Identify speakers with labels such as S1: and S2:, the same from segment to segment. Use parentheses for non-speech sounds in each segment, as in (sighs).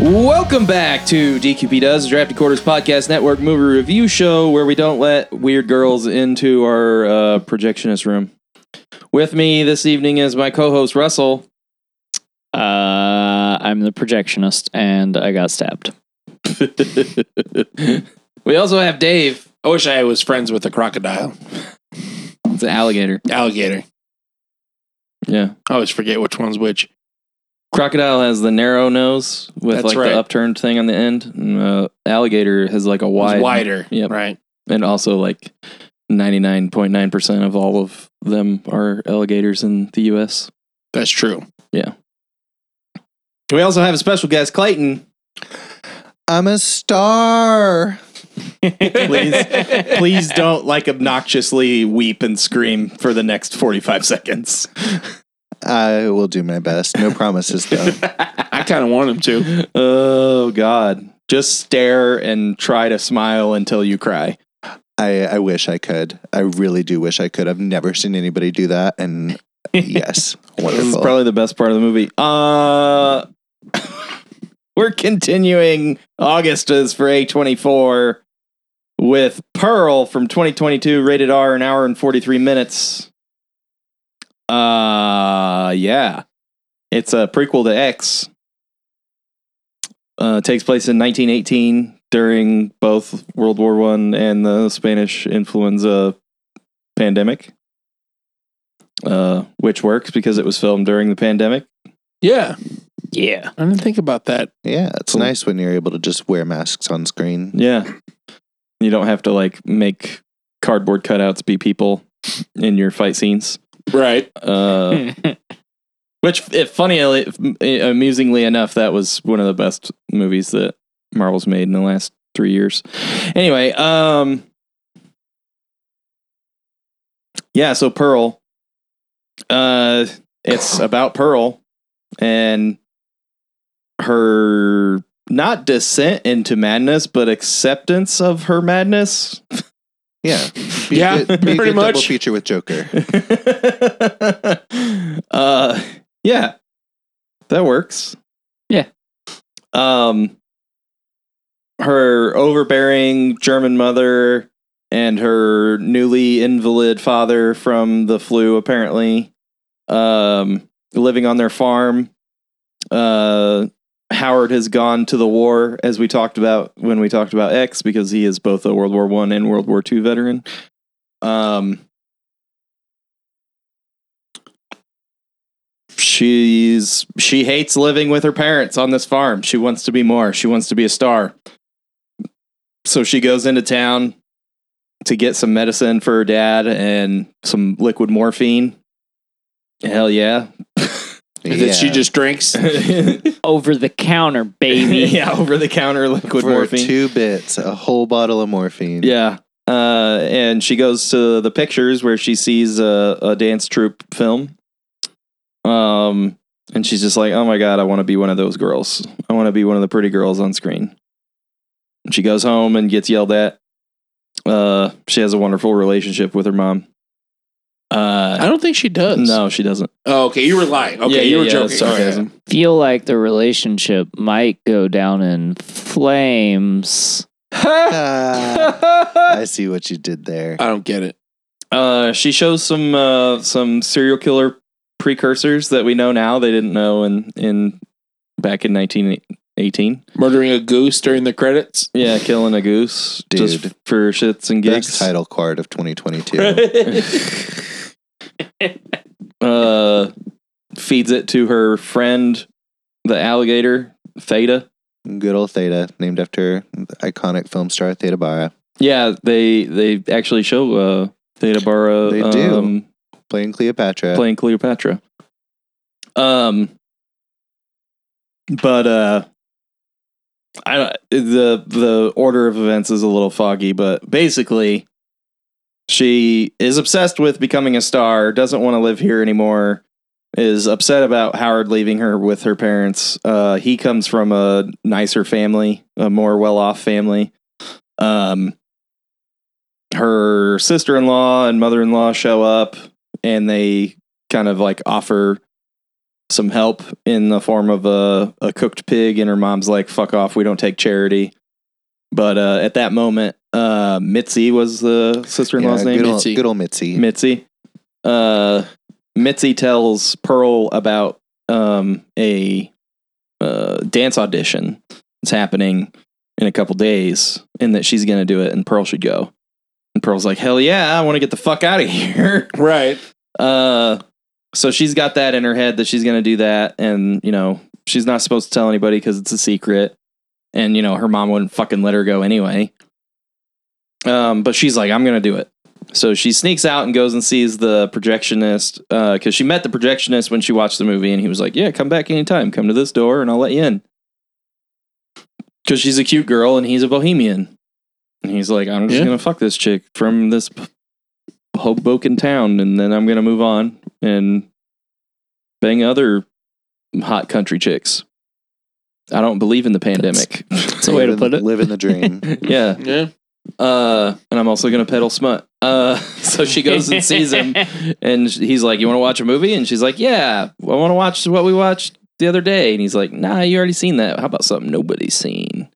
S1: Welcome back to DQP Does, the Drafty Quarters Podcast Network movie review show where we don't let weird girls into our uh, projectionist room. With me this evening is my co host, Russell.
S2: Uh, I'm the projectionist, and I got stabbed.
S1: We also have Dave.
S3: I wish I was friends with a crocodile,
S1: It's an alligator.
S3: alligator.
S1: Yeah.
S3: I always forget which one's which.
S1: Crocodile has the narrow nose with
S3: That's
S1: like
S3: right.
S1: the upturned thing on the end. And, uh, alligator has like a
S3: It's
S1: wide.
S3: wider,
S1: Yep.
S3: right?
S1: And also like 99.9% of all of them are alligators in the U.S.
S3: That's true.
S1: We also have a special guest, Clayton.
S4: I'm a star. please, please don't like obnoxiously weep and scream for the next 45 seconds. I will do my best.
S3: (laughs)
S4: No promises, though.
S3: I kind of want
S1: (laughs)
S3: him to.
S4: oh, God.
S1: Just stare and try to smile until you cry.
S4: I, I wish I could. I really do wish I could. I've never seen anybody do that. And
S3: (laughs)
S1: This
S4: yes,
S1: is
S4: wonderful.
S1: probably the best part of the movie. Uh, (laughs) we're continuing August is for A24 with Pearl from 2022, rated R, an hour and 43 minutes. Uh, yeah. It's a prequel to X. Uh, takes place in 1918 during both World War One and the Spanish influenza pandemic. Uh, which works because it was filmed during the pandemic.
S3: Yeah,
S2: Yeah.
S3: I didn't think about that.
S4: yeah, it's nice when you're able to just wear masks on screen.
S1: Yeah. You don't have to like make cardboard cutouts be people in your fight scenes.
S3: Right?
S1: Uh, (laughs) which, if funnily, if- amusingly enough, that was one of the best movies that Marvel's made in the last three years. Anyway, um, yeah. So Pearl, uh, it's about Pearl and her not descent into madness, but acceptance of her madness.
S4: Yeah.
S3: Yeah,
S4: good- be a
S3: pretty
S4: good double
S3: much.
S4: feature with Joker.
S1: (laughs) uh, yeah, that works.
S2: Yeah.
S1: Um, her overbearing German mother and her newly invalid father from the flu, apparently, um, living on their farm. Uh, Howard has gone to the war, as we talked about when we talked about X, because he is both a World War One and World War Two veteran. Um, she's she hates living with her parents on this farm. She wants to be more. She wants to be a star. So she goes into town to get some medicine for her dad and some liquid morphine. Hell yeah.
S3: And then she
S4: Yeah.
S1: (laughs)
S3: just drinks.
S2: Over the counter, baby.
S1: yeah, over the counter liquid
S4: for
S1: morphine.
S4: two bits, a whole bottle of morphine.
S1: Yeah. Uh, and she goes to the pictures where she sees a, a dance troupe film. Um, and she's just like, oh my God, I want to be one of those girls. I want to be one of the pretty girls on screen. And she goes home and gets yelled at. Uh, she has a wonderful relationship with her mom.
S3: I
S1: Uh,
S3: don't think she does.
S1: no, she doesn't.
S3: Oh, okay, you were lying. Okay,
S1: Yeah,
S3: you
S1: yeah,
S3: were
S1: yeah,
S3: joking.
S1: that's
S3: Sorry.
S1: sarcasm.
S2: Feel like the relationship might go down in flames.
S4: Ah, I see what you did there.
S3: I don't get it.
S1: Uh, she shows some uh, some serial killer precursors that we know now. They didn't know in in back in nineteen eighteen.
S3: Murdering a goose during the credits.
S1: Yeah, killing a goose just
S4: Dude.
S1: f- for shits and
S4: Best
S1: gigs.
S4: title card of
S3: (laughs)
S4: 2022.
S1: uh, feeds it to her friend, the alligator Theta.
S4: Good old Theta, named after the iconic film star Theta Bara,
S1: Yeah, they they actually show uh, Theta Barra. um,
S4: They do. playing Cleopatra.
S1: playing Cleopatra. Um, but uh, I don't- the the order of events is a little foggy, but basically, she is obsessed with becoming a star. Doesn't want to live here anymore. Is upset about Howard leaving her with her parents. Uh, he comes from a nicer family, a more well off family. Um, her sister in law and mother in law show up and they kind of like offer some help in the form of a, a cooked pig, and her mom's like, fuck off, we don't take charity. But uh, at that moment, uh, Mitzi was the sister in law's
S5: Yeah,
S1: name.
S5: Good old,
S3: Mitzi.
S5: good old Mitzi.
S1: Mitzi. Uh, Mitzi tells Pearl about um, a uh, dance audition that's happening in a couple days and that she's going to do it and Pearl should go. And Pearl's like, hell yeah, I want to get the fuck out of (laughs) here.
S3: Right.
S1: Uh, so she's got that in her head that she's going to do that. And, you know, she's not supposed to tell anybody because it's a secret. And, you know, her mom wouldn't fucking let her go anyway. Um, but she's like, I'm going to do it. So she sneaks out and goes and sees the projectionist because she met the projectionist when she watched the movie. And he was like, Yeah, come back anytime. Come to this door and I'll let you in. Because she's a cute girl and he's a bohemian. And he's like, I'm just
S3: Yeah.
S1: going to fuck this chick from this Hoboken town, and then I'm gonna move on and bang other hot country chicks. I don't believe in the pandemic.
S2: (laughs) That's a way to
S5: Living-
S2: put it.
S5: Living the dream.
S1: (laughs) yeah,
S3: Yeah.
S1: uh, and I'm also gonna peddle smut. Uh, (laughs) so she goes and sees
S3: (laughs)
S1: him, and sh- he's like, "You want to watch a movie?" And she's like, "Yeah, I want to watch what we watched the other day." And he's like, "Nah, you already seen that. How about something nobody's seen?"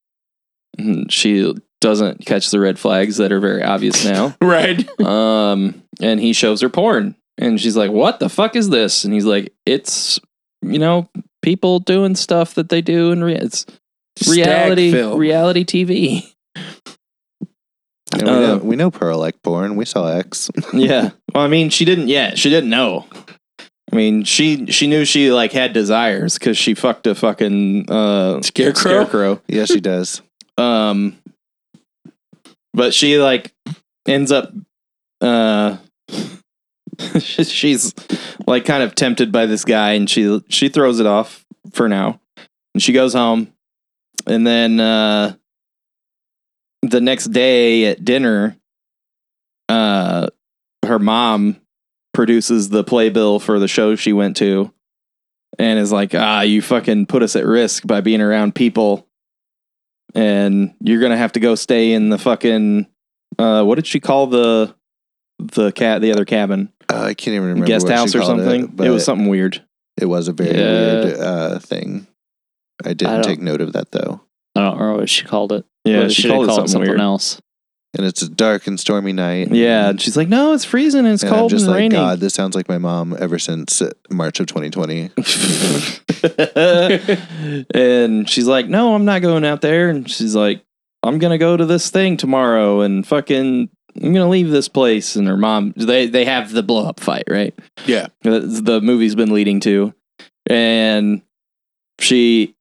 S1: And she doesn't catch the red flags that are very obvious now.
S3: (laughs) Right.
S1: um, and he shows her porn, and she's like, "What the fuck is this?" And he's like, "It's you know people doing stuff that they do in rea- it's (laughs) reality
S3: Stag film.
S1: reality TV."
S5: And we,
S1: Uh,
S5: know, we know Pearl like born. We saw X.
S1: yeah, well, I mean, she didn't yet. She didn't know. I mean, she she knew she like had desires because she fucked a fucking uh,
S3: Scarecrow.
S1: scarecrow.
S5: yeah,
S1: (laughs)
S5: she does.
S1: Um, but she like ends up, uh, (laughs) she's like kind of tempted by this guy, and she she throws it off for now, and she goes home, and then uh, the next day at dinner, uh, her mom produces the playbill for the show she went to. And is like, ah, you fucking put us at risk by being around people and you're gonna have to go stay in the fucking uh what did she call the the cat the other cabin
S5: Uh, I can't even remember
S1: guest
S5: what she
S1: house or
S5: called
S1: something
S5: It,
S1: it, was
S5: something.
S1: something weird
S5: It was a very
S2: Yeah.
S5: weird uh, thing. I didn't
S2: don't-
S5: take note of that though.
S2: I don't remember what she called it. Well,
S1: she
S2: should have
S1: called it something,
S2: something
S1: weird (laughs)
S2: else.
S5: And it's a dark and stormy night.
S1: yeah and she's like no it's freezing and it's
S5: and I'm
S1: cold
S5: just
S1: and
S5: like,
S1: raining
S5: God, this sounds like my mom ever since uh, March of 2020.
S1: (laughs) and she's like, "No, I'm not going out there." And she's like, "I'm gonna go to this thing tomorrow, and fucking, I'm gonna leave this place." And her mom, they they have the blow up fight, right?
S3: Yeah.
S1: That's the movie's been leading to, and she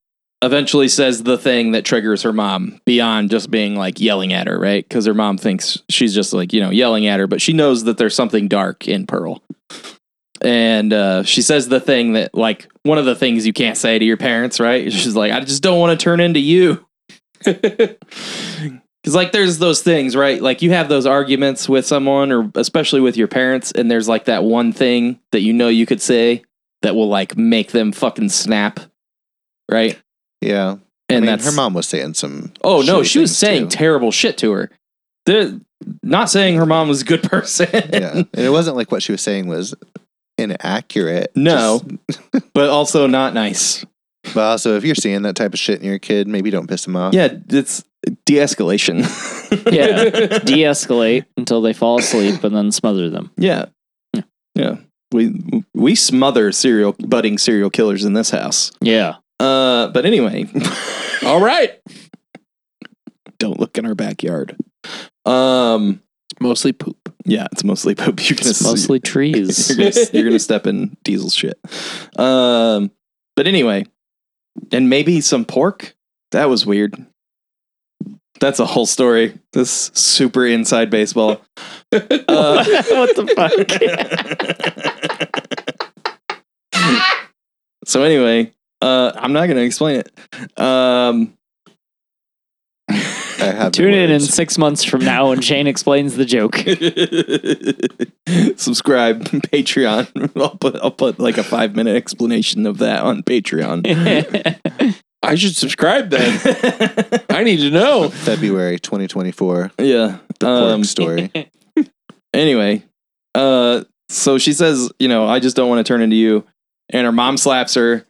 S1: eventually says the thing that triggers her mom beyond just being like yelling at her, right? Because her mom thinks she's just like you know yelling at her, but she knows that there's something dark in Pearl and uh, she says the thing that like one of the things you can't say to your parents right she's like i just don't want to turn into you (laughs) because like there's those things right like you have those arguments with someone or especially with your parents and there's like that one thing that you know you could say that will like make them fucking snap right
S5: Yeah.
S1: and
S5: I mean,
S1: that's
S5: her mom was saying some.
S1: oh no
S5: shitty
S1: she was
S5: things,
S1: saying (laughs)
S5: too.
S1: terrible shit to her They're not saying her mom was a good (laughs) person
S5: yeah, and it wasn't like what she was saying was inaccurate.
S1: No.
S5: Just-
S1: but also not nice
S5: but also, if you're seeing that type of shit in your kid, maybe don't piss him off.
S1: Yeah, it's de-escalation. (laughs)
S2: Yeah. De-escalate until they fall asleep and then smother them.
S1: yeah, yeah. We we smother serial budding serial killers in this house.
S2: Yeah.
S1: Uh, but anyway, (laughs)
S3: All right.
S1: don't look in our backyard. Um,
S3: Mostly poop.
S1: yeah, it's mostly poop. (laughs) You're gonna
S2: It's
S1: see-
S2: mostly trees.
S1: you're, gonna, you're
S2: (laughs)
S1: gonna step in Diesel's shit. Um, but anyway, and maybe some pork. That was weird. That's a whole story. This super inside baseball. (laughs) Uh,
S2: (laughs) what the
S1: (laughs)
S2: fuck?
S1: So anyway, uh, I'm not gonna explain it. Um,
S5: I have
S2: Tune in in
S5: and
S2: six months from now when Shane explains the
S1: (laughs)
S2: joke.
S1: subscribe (laughs) Patreon. (laughs) I'll put I'll put like a five minute explanation of that on Patreon.
S3: I should
S1: (laughs)
S3: subscribe then. I need to know.
S5: February 2024.
S1: yeah.
S5: The
S1: Um,
S5: pork story.
S1: anyway, uh, so she says, you know, I just don't want to turn into you. and her mom slaps her.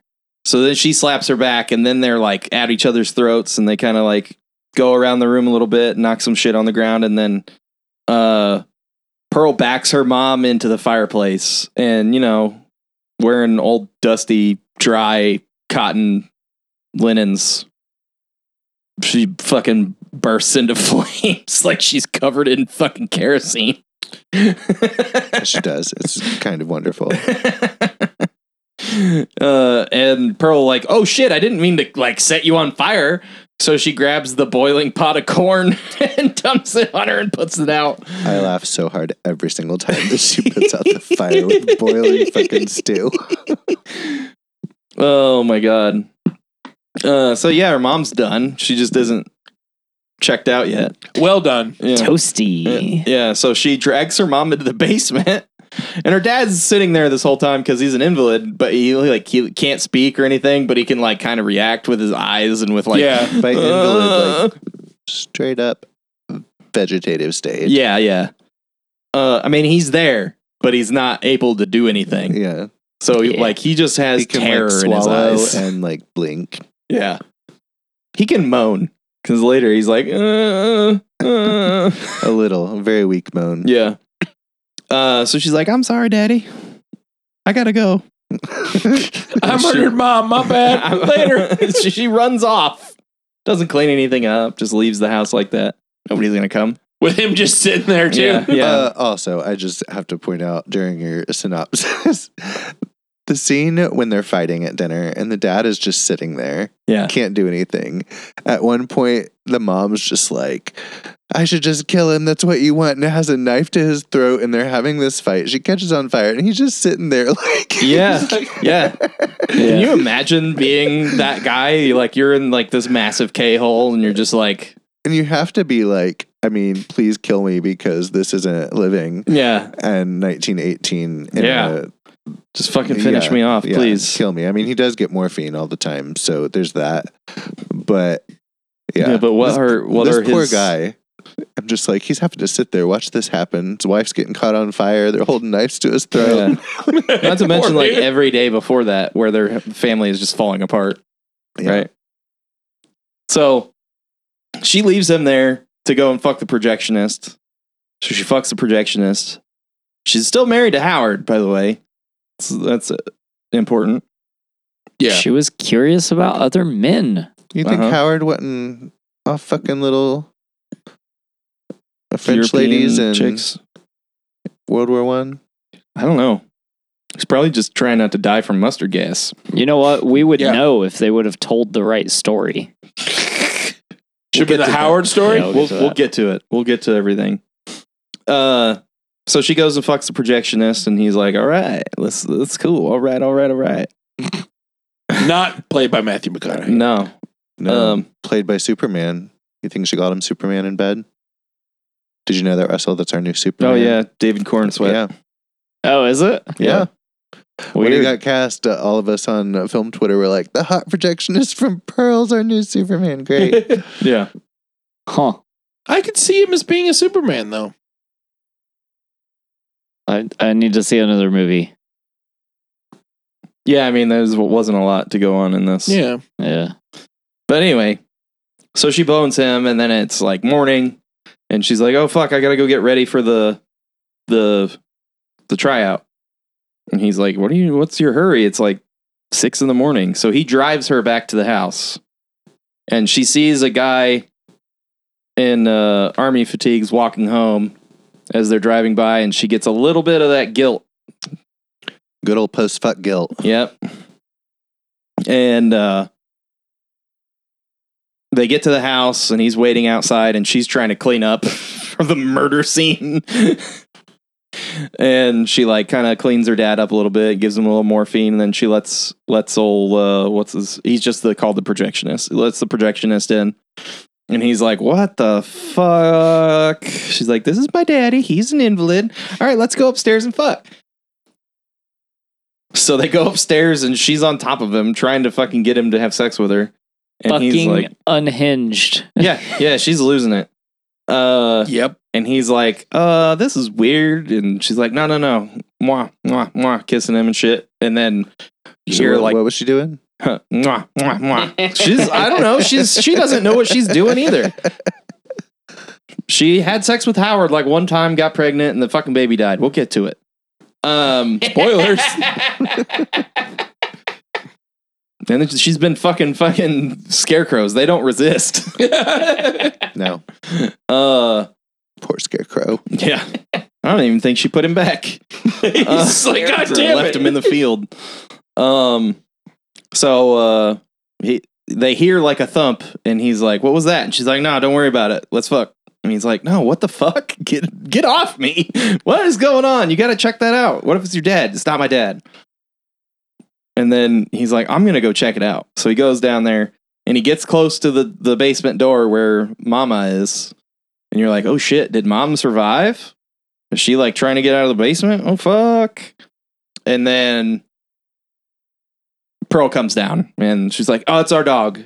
S1: So then she slaps her back, and then they're like at each other's throats, and they kind of like go around the room a little bit, knock some shit on the ground, and then uh, Pearl backs her mom into the fireplace, and you know, wearing old dusty dry cotton linens. She fucking bursts into (laughs) flames like she's covered in fucking kerosene.
S5: She does. It's kind of wonderful.
S1: uh, and Pearl like, oh shit, I didn't mean to like set you on fire. So she grabs the boiling (laughs) pot of corn and dumps it on her and puts it out.
S5: I laugh so hard every single time that she puts out the fire with boiling fucking stew.
S1: Oh my god. Uh, so yeah, her mom's done. She just isn't checked out yet.
S3: Well done.
S1: Yeah.
S2: Toasty.
S1: Yeah, so she drags her mom into the (laughs) basement, and her dad's sitting there this whole time because he's an invalid, but he like he can't speak or anything, but he can like kind of react with his eyes and with like
S3: yeah.
S5: By invalid, like
S1: Uh,
S5: straight up vegetative stage.
S1: yeah, yeah. Uh, I mean, he's there, but he's not able to do anything.
S5: Yeah.
S1: So
S2: Yeah.
S1: like he just has
S5: He can
S1: terror
S5: like
S1: in his
S5: swallow
S1: eyes.
S5: and like blink.
S1: yeah, he can moan because later he's like, uh, uh.
S5: A little, a very weak moan.
S1: (laughs)
S5: (laughs)
S1: yeah. Uh, so she's like, "I'm sorry, Daddy, I gotta go." Oh,
S3: I murdered mom.
S1: (laughs)
S3: My bad. Later.
S1: she, she runs off. Doesn't clean anything up. Just leaves the house like that. Nobody's gonna come.
S3: With him just sitting there too.
S1: Yeah,
S3: (laughs)
S1: yeah.
S5: Uh, also, I just have to point out during your synopsis (laughs) the scene when they're fighting at dinner and the dad is just sitting there,
S1: Yeah.
S5: can't do anything. At one point, the mom's just like, I should just kill him. That's what you want. And has a knife to his throat, and they're having this fight. She catches on fire, and he's just sitting there, (laughs) like,
S1: yeah,
S5: (laughs)
S1: yeah. Can you imagine being that guy? You're Like you're in like this massive K hole, and you're just like,
S5: and you have to be like, I mean, please kill me because this isn't living.
S1: yeah,
S5: And 1918 in
S1: Yeah.
S5: a
S1: just fucking finish me off,
S5: yeah,
S1: please.
S5: Kill me. I mean, he does get morphine all the time, so there's that. But yeah,
S1: Yeah, but what
S5: this,
S1: are what
S5: this
S1: are
S5: poor
S1: his
S5: guy? I'm just like he's having to sit there, watch this happen. His wife's getting caught on fire. They're holding knives to his throat.
S1: (laughs) Yeah. Not to mention
S3: Poor
S1: like
S3: dude.
S1: every day before that, where their family is just falling apart.
S5: Yeah.
S1: Right. So she leaves him there to go and fuck the projectionist. So she fucks the projectionist. She's still married to Howard, by the way. So that's uh, important.
S3: Yeah.
S2: She was curious about other men.
S5: You think
S1: Uh-huh.
S5: Howard wasn't a fucking little uh, French
S1: European
S5: ladies in
S1: chicks.
S5: World War One?
S1: I don't know. He's probably just trying not to die from mustard gas.
S2: You know what? We would
S3: Yeah.
S2: know if they would have told the right story.
S3: Should be
S1: get to
S3: the
S1: that.
S3: Howard story.
S2: Yeah,
S1: we'll,
S2: to
S1: we'll
S2: that.
S1: get to it. We'll get to everything. Uh, so she goes and fucks the projectionist, and he's like, "All right, let's that's cool. All right, all right, all right."
S3: Not played by Matthew McConaughey.
S1: No,
S5: No,
S1: um,
S5: played by Superman. You think she got him Superman in bed? Did you know that Russell? That's our new Superman.
S1: oh yeah, David Corn sweat.
S5: yeah,
S2: Oh, is it?
S5: yeah. When he
S2: Weird.
S5: got cast, uh, all of us on uh, film Twitter were like, "The hot projectionist from Pearl's our new Superman." Great.
S1: (laughs) Yeah.
S2: Huh.
S3: I could see him as being a Superman though.
S2: I, I need to see another movie.
S1: Yeah, I mean, there wasn't a lot to go on in this.
S3: Yeah.
S2: Yeah.
S1: But anyway, so she bones him, and then it's like morning, and she's like, "Oh fuck, I gotta go get ready for the the the tryout." And he's like, "What are you? What's your hurry?" It's like six in the morning. So he drives her back to the house, and she sees a guy in uh, army fatigues walking home as they're driving by, and she gets a little bit of that guilt
S5: Good old post fuck guilt.
S1: Yep. And uh they get to the house and he's waiting outside and she's trying to clean up (laughs) from the murder scene. and she like kind of cleans her dad up a little bit, gives him a little morphine, and then she lets lets old uh what's his he's just the called the projectionist. Lets the projectionist in. And he's like, "What the fuck?" She's like, "This is my daddy. He's an invalid. All right, let's go upstairs and fuck." So they go upstairs and she's on top of him trying to fucking get him to have sex with her. And he's
S2: Fucking
S1: like,
S2: unhinged.
S1: yeah, yeah, she's losing it. Uh,
S3: Yep.
S1: and he's like, uh, this is weird. And she's like, no, no, no. Mwah, mwah, mwah, kissing him and shit. And then
S5: So
S1: hear
S5: what,
S1: like
S5: what was she doing?
S1: huh, mwah, mwah, mwah. she's I don't know she's she doesn't know what she's doing either. She had sex with Howard like one time, got pregnant, and the fucking baby died. We'll get to it. Um, (laughs)
S3: Spoilers.
S1: and then she's been fucking fucking scarecrows. They don't resist.
S5: No,
S1: Uh,
S5: poor scarecrow.
S1: yeah. I don't even think she put him back.
S3: (laughs)
S1: Uh,
S3: He's like, God damn
S1: left
S3: it.
S1: him in the field. Um, so uh, he they hear like a thump, and he's like, "What was that?" And she's like, "No, don't worry about it. Let's fuck." And he's like, "No, what the fuck? (laughs) Get get off me! (laughs) What is going on? You got to check that out. What if it's your dad? It's not my dad." And then he's like, "I'm gonna go check it out." So he goes down there, and he gets close to the the basement door where Mama is, and you're like, "Oh shit! Did Mom survive?" Is she like trying to get out of the basement? Oh fuck! And then Pearl comes down and she's like, "Oh, it's our dog.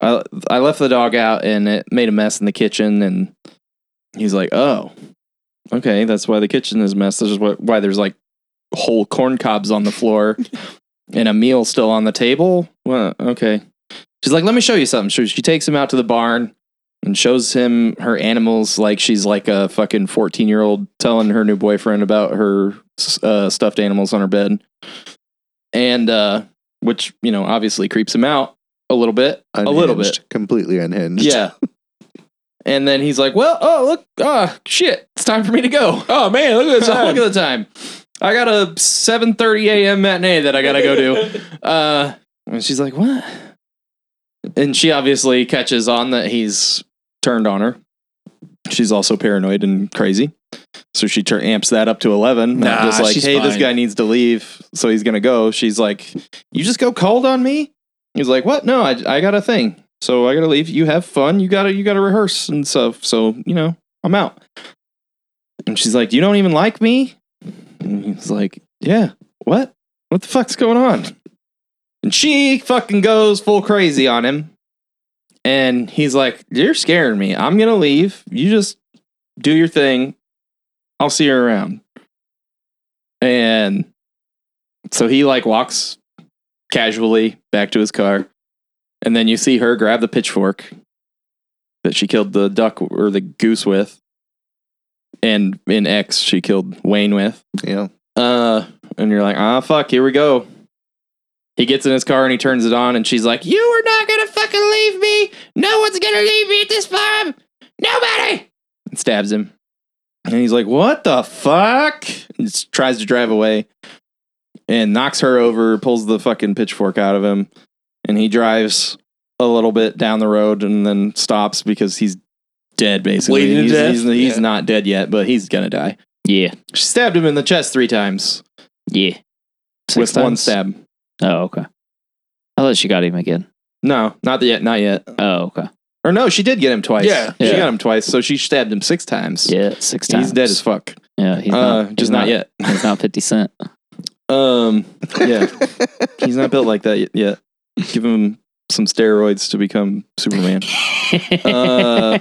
S1: I I left the dog out and it made a mess in the kitchen." And he's like, "Oh, okay, that's why the kitchen is a mess. This is what, why there's like whole corn cobs on the floor and a meal still on the table." Well, okay. She's like, "Let me show you something." So she takes him out to the barn and shows him her animals like she's like a fucking 14 year old telling her new boyfriend about her uh, stuffed animals on her bed and uh which you know obviously creeps him out a little bit a little bit
S5: Unhinged. completely unhinged.
S1: yeah and then he's like well oh look ah shit it's time for me to go (laughs)
S3: oh man, look at this. (laughs)
S1: look at the time i got a 7.30 a.m matinee that i gotta go to uh and she's like what and she obviously catches on that he's turned on her she's also paranoid and crazy so she tur- amps that up to 11 not
S3: Nah,
S1: just like
S3: she's
S1: hey this
S3: fine.
S1: guy needs to leave so he's gonna go she's like you just go cold on me he's like what no i, I got a thing so i gotta leave you have fun you gotta you gotta rehearse and stuff so you know i'm out and she's like, "You don't even like me." And he's like, "Yeah, what? What the fuck's going on?" And she fucking goes full crazy on him. And he's like, "You're scaring me. I'm gonna leave. You just do your thing. I'll see you around." And so he like walks casually back to his car, and then you see her grab the pitchfork that she killed the duck or the goose with and in X she killed Wayne with.
S5: yeah.
S1: Uh, and you're like, ah, fuck, here we go. He gets in his car and he turns it on, and she's like, "You are not gonna fucking leave me. No one's gonna leave me at this farm. Nobody." And stabs him, and he's like, "What the fuck?" And s- tries to drive away, and knocks her over, pulls the fucking pitchfork out of him, and he drives a little bit down the road and then stops because he's dead. Basically,
S3: Bleeding to
S1: he's,
S3: death?
S1: he's, he's
S3: Yeah.
S1: not dead yet, but he's gonna die.
S2: yeah,
S1: She stabbed him in the chest three times
S2: yeah. Six
S1: with one
S2: times?
S1: stab.
S2: Oh, okay. I thought she got him again.
S1: No, not yet, not yet.
S2: Oh, okay.
S1: Or no, she did get him twice.
S3: Yeah.
S1: she
S2: Yeah.
S1: got him twice. So she stabbed him six times.
S2: Yeah,
S1: he's
S2: six times.
S1: dead as fuck.
S2: yeah, he's
S1: uh,
S2: not,
S1: just
S2: he's
S1: not,
S2: (laughs)
S1: yet.
S2: He's not Fifty Cent.
S1: Um, yeah,
S2: (laughs)
S1: he's not built like that y- yet. Give him some steroids to become
S2: (laughs)
S1: Superman. Uh,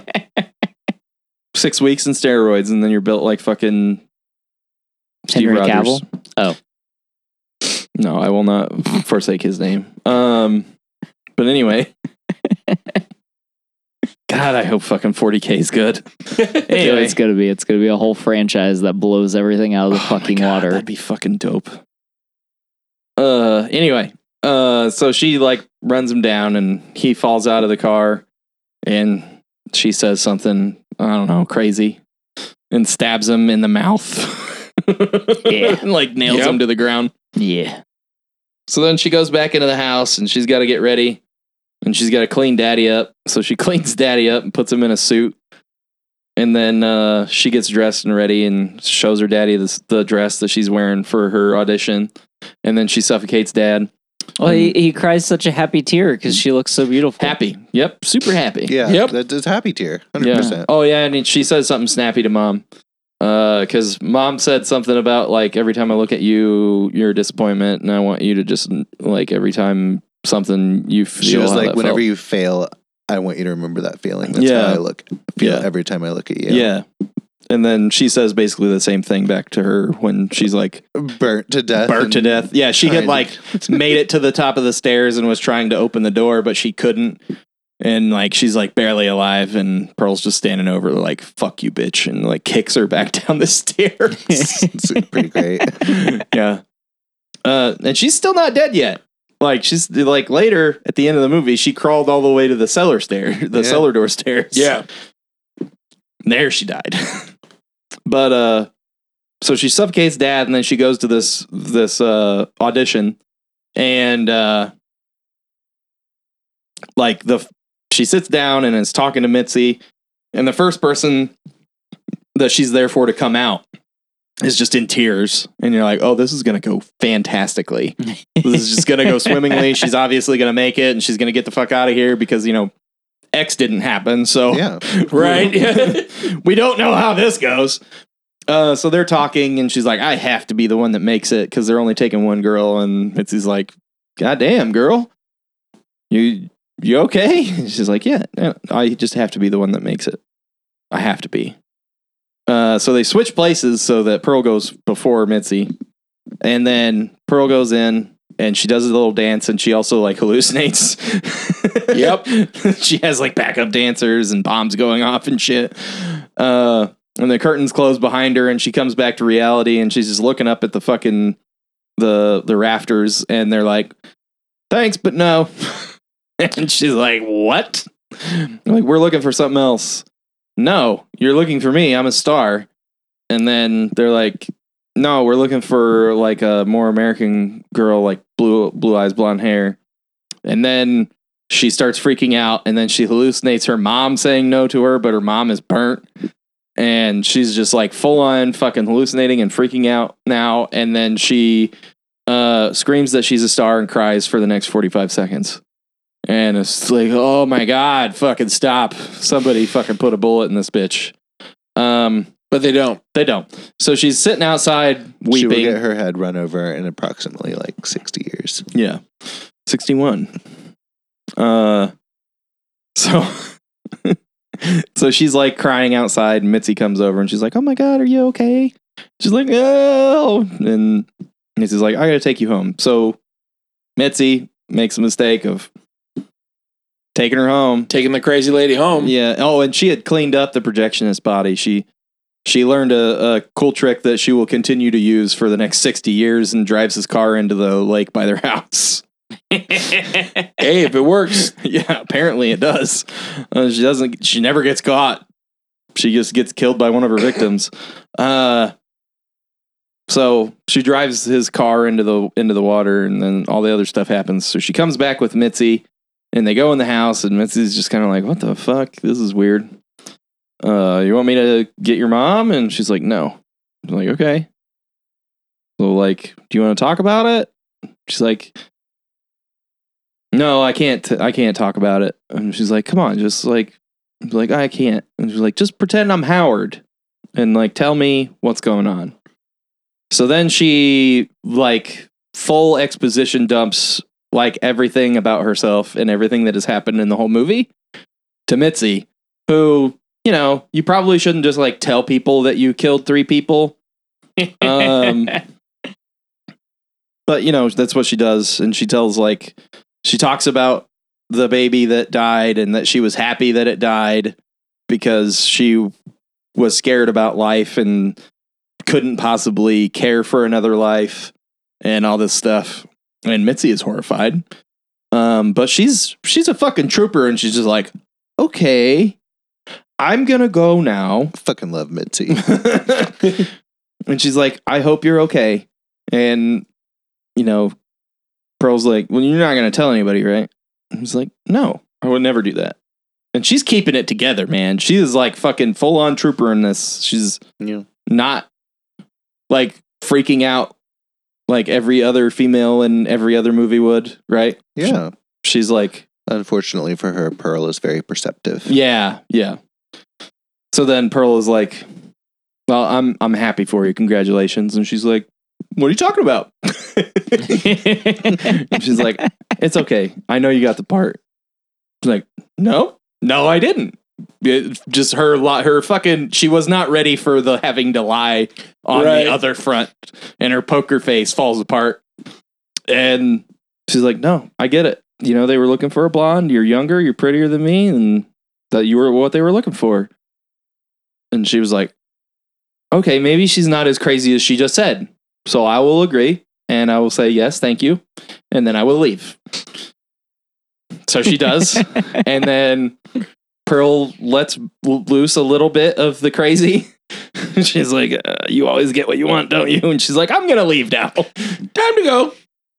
S1: Six weeks in steroids, and then you're built like fucking (laughs) Steve
S2: Henry
S1: Rogers.
S2: Cavill? Oh.
S1: (sighs) No, I will not (laughs) forsake his name. Um but
S2: (laughs)
S1: anyway. God, I hope fucking 40K is
S2: (laughs)
S1: good.
S2: Dude,
S1: anyway,
S2: it's gonna be it's gonna be a whole franchise that blows everything out of the
S1: Oh my
S2: fucking
S1: God,
S2: water.
S1: That'd be fucking dope. Uh anyway, uh so she like runs him down and he falls out of the car and she says something, I don't know, crazy and stabs him in the mouth. (laughs)
S2: Yeah.
S1: and like nails
S3: Yep.
S1: him to the ground.
S2: Yeah.
S1: So then she goes back into the house and she's got to get ready and she's got to clean daddy up. So she (laughs) cleans daddy up and puts him in a suit. And then uh, she gets dressed and ready and shows her daddy this, the dress that she's wearing for her audition. And then she suffocates dad.
S2: Well, he, he cries such a happy tear because she looks so beautiful.
S1: Happy. Yep. Super happy.
S5: Yeah.
S3: Yep.
S5: That, that's happy tear. 100%.
S1: Yeah. Oh yeah, and she says something snappy to mom. Because mom said something about like every time I look at you, you're a disappointment, and I want you to just like every time something you feel.
S5: She was
S1: how
S5: like,
S1: that
S5: whenever
S1: felt."
S5: you fail, I want you to remember that feeling. That's
S1: Yeah.
S5: how I look feel
S1: Yeah.
S5: every time I look at you.
S1: yeah. And then she says basically the same thing back to her when she's like
S5: burnt to death.
S1: burnt to
S5: and-
S1: death. Yeah, she had
S5: Kinda. (laughs)
S1: like made it to the top of the stairs and was trying to open the door, but she couldn't. And like she's like barely alive, and Pearl's just standing over, like "fuck you, bitch," and like kicks her back (laughs) down the
S5: (laughs)
S1: stairs.
S5: It's pretty
S1: (laughs)
S5: great.
S1: yeah, uh, and she's still not dead yet. Like she's like later at the end of the movie, she crawled all the way to the cellar stair, the
S5: Yeah.
S1: cellar door stairs.
S3: Yeah.
S1: there she died. (laughs) but uh so she suffocates dad and then she goes to this this uh audition and uh like the she sits down and is talking to Mitzi and the first person that she's there for to come out is just in tears and you're like oh this is going to go fantastically this is just going to go swimmingly she's obviously going to make it and she's going to get the fuck out of here because you know x didn't happen so
S5: Yeah.
S1: (laughs)
S3: Right.
S1: we don't know how this goes. Uh, so they're talking, and she's like, "I have to be the one that makes it because they're only taking one girl." And Mitzi's like, "God damn, girl, you you okay?" (laughs) And she's like, "Yeah, no, I just have to be the one that makes it. I have to be." Uh, so they switch places so that Pearl goes before Mitzi, and then Pearl goes in and she does a little dance, and she also like hallucinates. (laughs)
S3: Yep.
S1: she has like backup dancers and bombs going off and shit. Uh, and the curtains close behind her, and she comes back to reality, and she's just looking up at the fucking the the rafters, and they're like, "Thanks, but no." (laughs) and she's like, "What?" like we're looking for something else. No, you're looking for me. I'm a star. And then they're like, "No, we're looking for like a more American girl, like blue blue eyes, blonde hair." And then she starts freaking out and then she hallucinates her mom saying no to her, but her mom is burnt. And she's just like full on fucking hallucinating and freaking out now. And then she uh, screams that she's a star and cries for the next 45 seconds. And it's like, oh my God, fucking stop. Somebody fucking put a bullet in this bitch. Um,
S3: But they don't.
S1: they don't. So she's sitting outside
S5: She will
S1: weeping.
S5: get her head run over in approximately like 60 years.
S1: Yeah. 61. Uh so (laughs) so she's like crying outside and Mitzi comes over and she's like, "Oh my god, are you okay?" She's like, "No." And Mitzi's like, "I got to take you home." So Mitzi makes a mistake of taking her home.
S3: Taking the crazy lady home.
S1: Yeah. Oh, and she had cleaned up the projectionist body. She she learned a, a cool trick that she will continue to use for the next 60 years and drives his car into the lake by their (laughs) house.
S3: Hey, if it works,
S1: (laughs) yeah, apparently it does. Uh, she doesn't. She never gets caught. She just gets killed by one of her victims. Uh, so she drives his car into the into the water, and then all the other stuff happens. So she comes back with Mitzi, and they go in the house, and Mitzi's just kind of like, "What the fuck? This is weird." Uh, you want me to get your mom? And she's like, "No." I'm like, "Okay." So like, do you want to talk about it? She's like, no, I can't. I can't talk about it. And she's like, come on, just like, I'm like I can't. And she's like, just pretend I'm Howard, and like tell me what's going on. So then she like full exposition dumps like everything about herself and everything that has happened in the whole movie to Mitzi, who you know you probably shouldn't just like tell people that you killed three people. Um, but you know that's what she does, and she tells like she talks about the baby that died and that she was happy that it died because she was scared about life and couldn't possibly care for another life and all this stuff. And Mitzi is horrified. Um, but she's she's a fucking trooper and she's just like, okay, I'm gonna go now.
S5: Fucking love Mitzi.
S1: (laughs) and she's like, I hope you're okay. And, you know, Pearl's like, Well, you're not going to tell anybody, right? And he's like, No, I would never do that. And she's keeping it together, man. She is like fucking full on trooper in this. She's
S5: Yeah.
S1: not like freaking out like every other female in every other movie would, right?
S5: Yeah.
S1: She's like,
S5: Unfortunately for her, Pearl is very perceptive.
S1: Yeah, yeah. So then Pearl is like, "Well, I'm I'm happy for you. Congratulations." And she's like, "What are you talking about?" (laughs) And she's like, "It's okay. I know you got the part." She's like, "No, no, I didn't.
S4: It- just her lot, her fucking. She was not ready for the having to lie on
S3: Right.
S4: the other front, and her poker face falls apart. And she's like, "No,
S1: I get it. You know, they were looking for a blonde. You're younger, you're prettier than me, and that you were what they were looking for. And she was like, okay, maybe she's not as crazy as she just said. So I will agree and I will say, yes, thank you. And then I will leave. So she does. and then Pearl lets lo- loose a little bit of the
S4: (laughs)
S1: crazy. she's like, uh, you always get what you want, don't you? And she's like, I'm going to leave now.
S3: Time to go.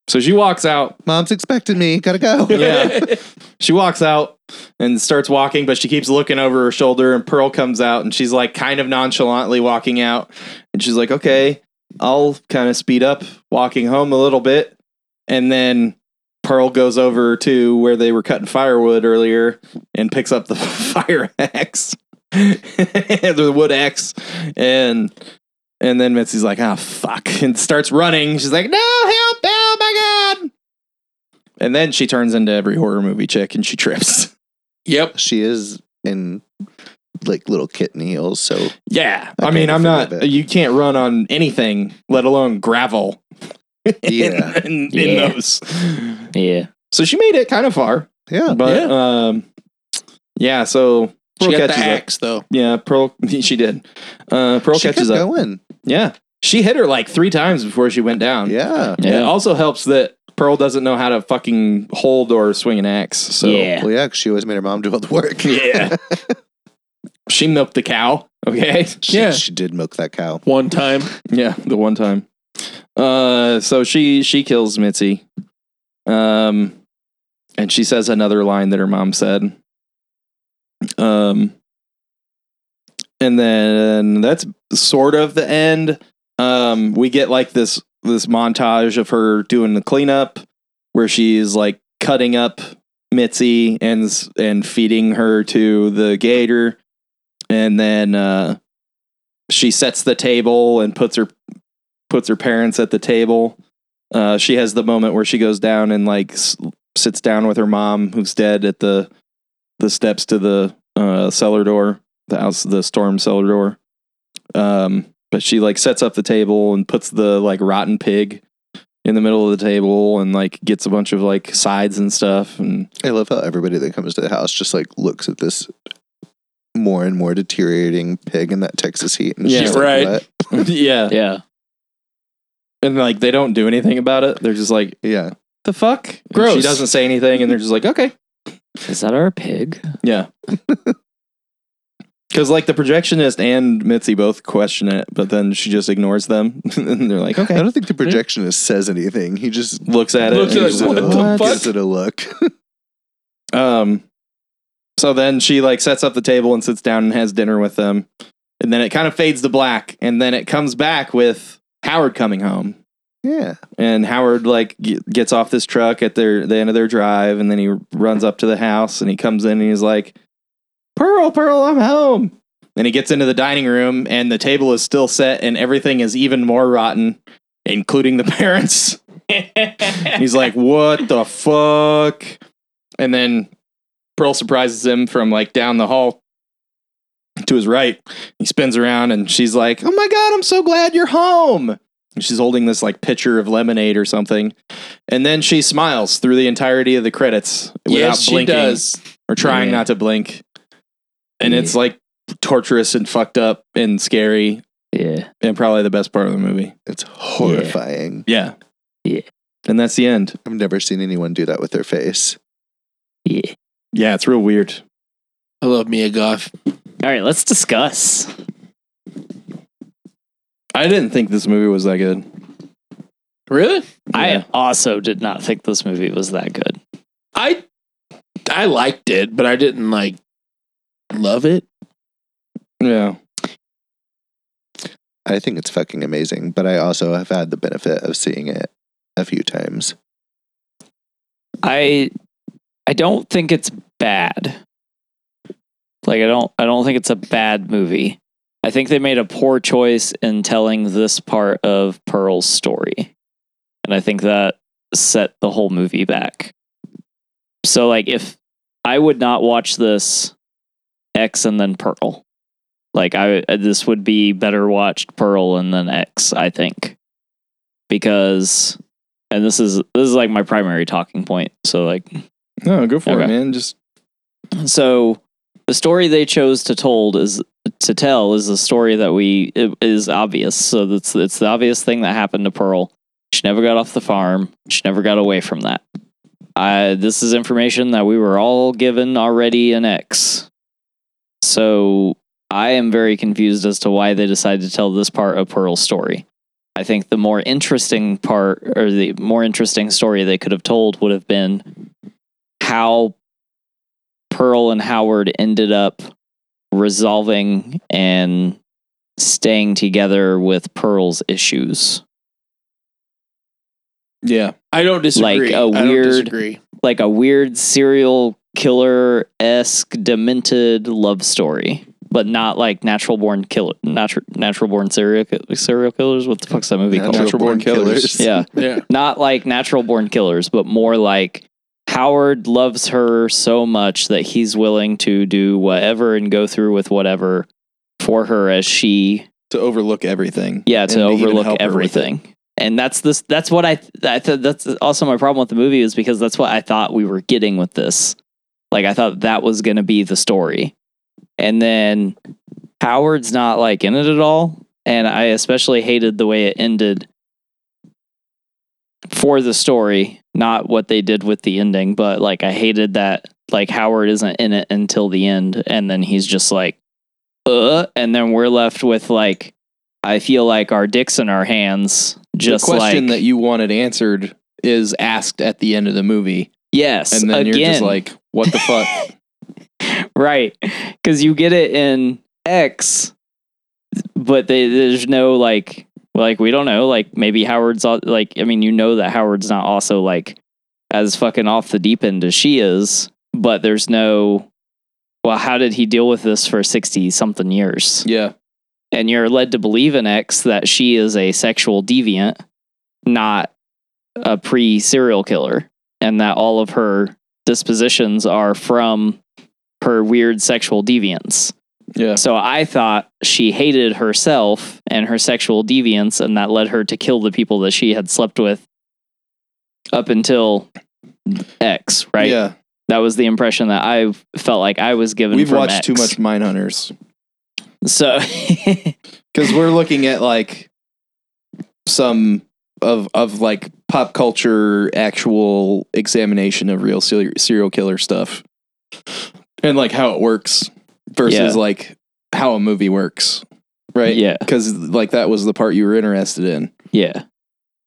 S1: So she walks out.
S5: Mom's expecting me. Gotta go.
S1: Yeah.
S4: She walks out and starts walking, but she keeps looking over her shoulder. And Pearl comes out and she's like kind of nonchalantly walking out.
S1: And she's like, okay, I'll kind of speed up walking home a little bit.
S4: And then Pearl goes over to where they were cutting firewood earlier and picks up the (laughs) fire axe, (laughs) the wood axe. And and then Mitzi's like, ah, fuck, and starts running. She's like, (laughs) no, help, oh my God. And then she turns into every horror movie chick and she trips.
S1: (laughs)
S3: Yep.
S5: She is in like little kitten heels, so
S4: Yeah,
S5: I
S4: I, mean,
S5: kinda
S4: I'm
S5: forgot
S4: not.
S5: that.
S4: You can't run on anything, let
S3: (laughs)
S4: alone gravel.
S1: (laughs)
S5: Yeah.
S4: in, in,
S2: Yeah.
S4: in those.
S2: yeah.
S4: So she made it kind of far,
S5: yeah.
S4: but um, yeah. So
S3: She
S4: Pearl
S3: got the
S4: catches up.
S3: axe though.
S4: Yeah, Pearl. (laughs) She did. Uh, Pearl
S5: she
S4: catches
S5: kept
S4: up.
S5: going.
S4: Yeah, she hit her like three times before she went
S1: Um,
S4: down.
S5: Yeah.
S4: It
S2: Yeah.
S4: also helps that Pearl doesn't know how to fucking hold or swing an axe. So
S2: yeah.
S5: Well, yeah, 'cause she always made her mom do all the work.
S4: yeah. she milked the cow. (laughs) Okay.
S5: She,
S3: Yeah.
S5: she did milk that cow.
S1: (laughs)
S3: One time.
S1: Yeah, the one time. Uh, so she she kills Mitzi, um, and she says another line that her mom said. Um, and then that's sort of the end. Um, we get like this this montage of her doing the cleanup, where she's like cutting up Mitzi and s- and feeding her to the gator, and then uh, she sets the table and puts her puts her parents at the table. Uh, she has the moment where she goes down and like s- sits down with her mom who's dead at the the steps to the uh, cellar door, the house, the storm cellar door. Um, but she like sets up the table and puts the like rotten pig in the middle of the table and like gets a bunch of like sides and stuff and
S5: I love how everybody that comes to the house just like looks at this more and more deteriorating pig in that Texas heat. And
S1: Yeah,
S5: she's like,
S3: right.
S5: "What?"
S1: yeah
S2: Yeah.
S1: and like they don't do anything about it they're just like
S5: Yeah.
S1: the fuck
S4: Gross.
S1: she doesn't say anything and they're just like okay
S2: Is that our pig?
S1: Yeah. Because like the projectionist and Mitzi both question it, but then she just ignores them, (laughs) and they're like,
S5: I
S1: "Okay."
S5: don't think the projectionist says anything. He just
S1: Looks at it.
S3: Looks
S1: and
S3: at it,
S1: she's
S5: gives
S1: like,
S3: what
S5: a
S3: the
S5: look,
S3: fuck?
S5: gives it a look. (laughs)
S1: Um. So then she like sets up the table and sits down and has dinner with them, and then it kind of fades to black, and then it comes back with Howard coming home,
S5: yeah.
S1: and Howard like g- gets off this truck at their the end of their drive, and then he runs up to the house, and he comes in and he's like, "Pearl, Pearl, I'm home."
S4: Then he gets into the dining room, and the table is still set, and everything is even more rotten, including the (laughs) parents. He's like, "What the fuck?" And then Pearl surprises him from like down the hall to his right. He spins around, and she's like, "Oh my god, I'm so glad you're home." And she's holding this like pitcher of lemonade or something, and then she smiles through the entirety of the credits without
S3: Yes, she
S4: blinking
S3: does.
S4: or trying
S2: Yeah.
S4: not to blink. And
S2: Yeah.
S4: it's like torturous and fucked up and scary
S2: Yeah.
S4: and probably the best part of the movie.
S5: It's horrifying.
S4: Yeah.
S2: Yeah.
S4: And that's the end.
S5: I've never seen anyone do that with their face.
S2: Yeah.
S4: Yeah, it's real weird.
S3: I love Mia Goth.
S2: All right, let's discuss.
S1: I didn't think this movie was that good.
S3: Really?
S2: I also did not think this movie was that good.
S3: I I liked it, but I didn't like love it.
S1: Yeah,
S5: I think it's fucking amazing, but I also have had the benefit of seeing it a few times.
S2: I I don't think it's bad. Like I don't I don't think it's a bad movie. I think they made a poor choice in telling this part of Pearl's story. And I think that set the whole movie back. So like if I would not watch this X and then Pearl. Like I this would be better watched Pearl and then X, I think. Because and this is this is like my primary talking point. So like
S1: No, go for it,
S2: Okay.
S1: man. Just
S2: so the story they chose to told is to tell is the story that we it is obvious. So that's it's the obvious thing that happened to Pearl. She never got off the farm. She never got away from that. Uh, this is information that we were all given already in X. So I am very confused as to why they decided to tell this part of Pearl's story. I think the more interesting part or the more interesting story they could have told would have been how Pearl and Howard ended up resolving and staying together with Pearl's issues.
S1: yeah.
S3: I don't disagree.
S2: a
S3: I
S2: weird-
S3: don't disagree.
S2: Like a weird serial killer esque demented love story. But not like natural born killer, natural natural born serial ki- serial killers. What the fuck's that movie called?
S5: Natural born killers.
S2: Yeah,
S3: Yeah.
S2: not like natural born killers, but more like Howard loves her so much that he's willing to do whatever and go through with whatever for her as she
S1: To overlook everything.
S2: yeah to
S1: And even
S2: overlook
S1: help her with it.
S2: everything. And that's this that's what I I th- that's also my problem with the movie is because that's what I thought we were getting with this. Like I thought that was going to be the story. And then Howard's not like in it at all, and I especially hated the way it ended for the story, not what they did with the ending, but like I hated that like Howard isn't in it until the end and then he's just like uh and then we're left with like I feel like our dicks in our hands just
S1: the question
S2: like
S1: that you wanted answered is asked at the end of the movie.
S2: yes
S1: And then
S2: again
S1: you're just like, what the fuck?
S2: (laughs) right because you get it in X but they, there's no like like we don't know like maybe Howard's al- like I mean you know that Howard's not also like as fucking off the deep end as she is but there's no well how did he deal with this for 60 something years
S1: yeah.
S2: and you're led to believe in X that she is a sexual deviant, not a pre serial killer, and that all of her dispositions are from her weird sexual deviance.
S1: Yeah.
S2: So I thought she hated herself and her sexual deviance, and that led her to kill the people that she had slept with up until X, right?
S1: Yeah.
S2: That was the impression that I felt like I was given.
S1: We've
S2: from
S1: watched too much
S2: X.
S1: Mindhunters.
S2: So, (laughs)
S1: because we're looking at like some of of like pop culture actual examination of real serial serial killer stuff and like how it works versus
S2: Yeah.
S1: like how a movie works right
S2: yeah,
S1: because like that was the part you were interested in
S2: yeah.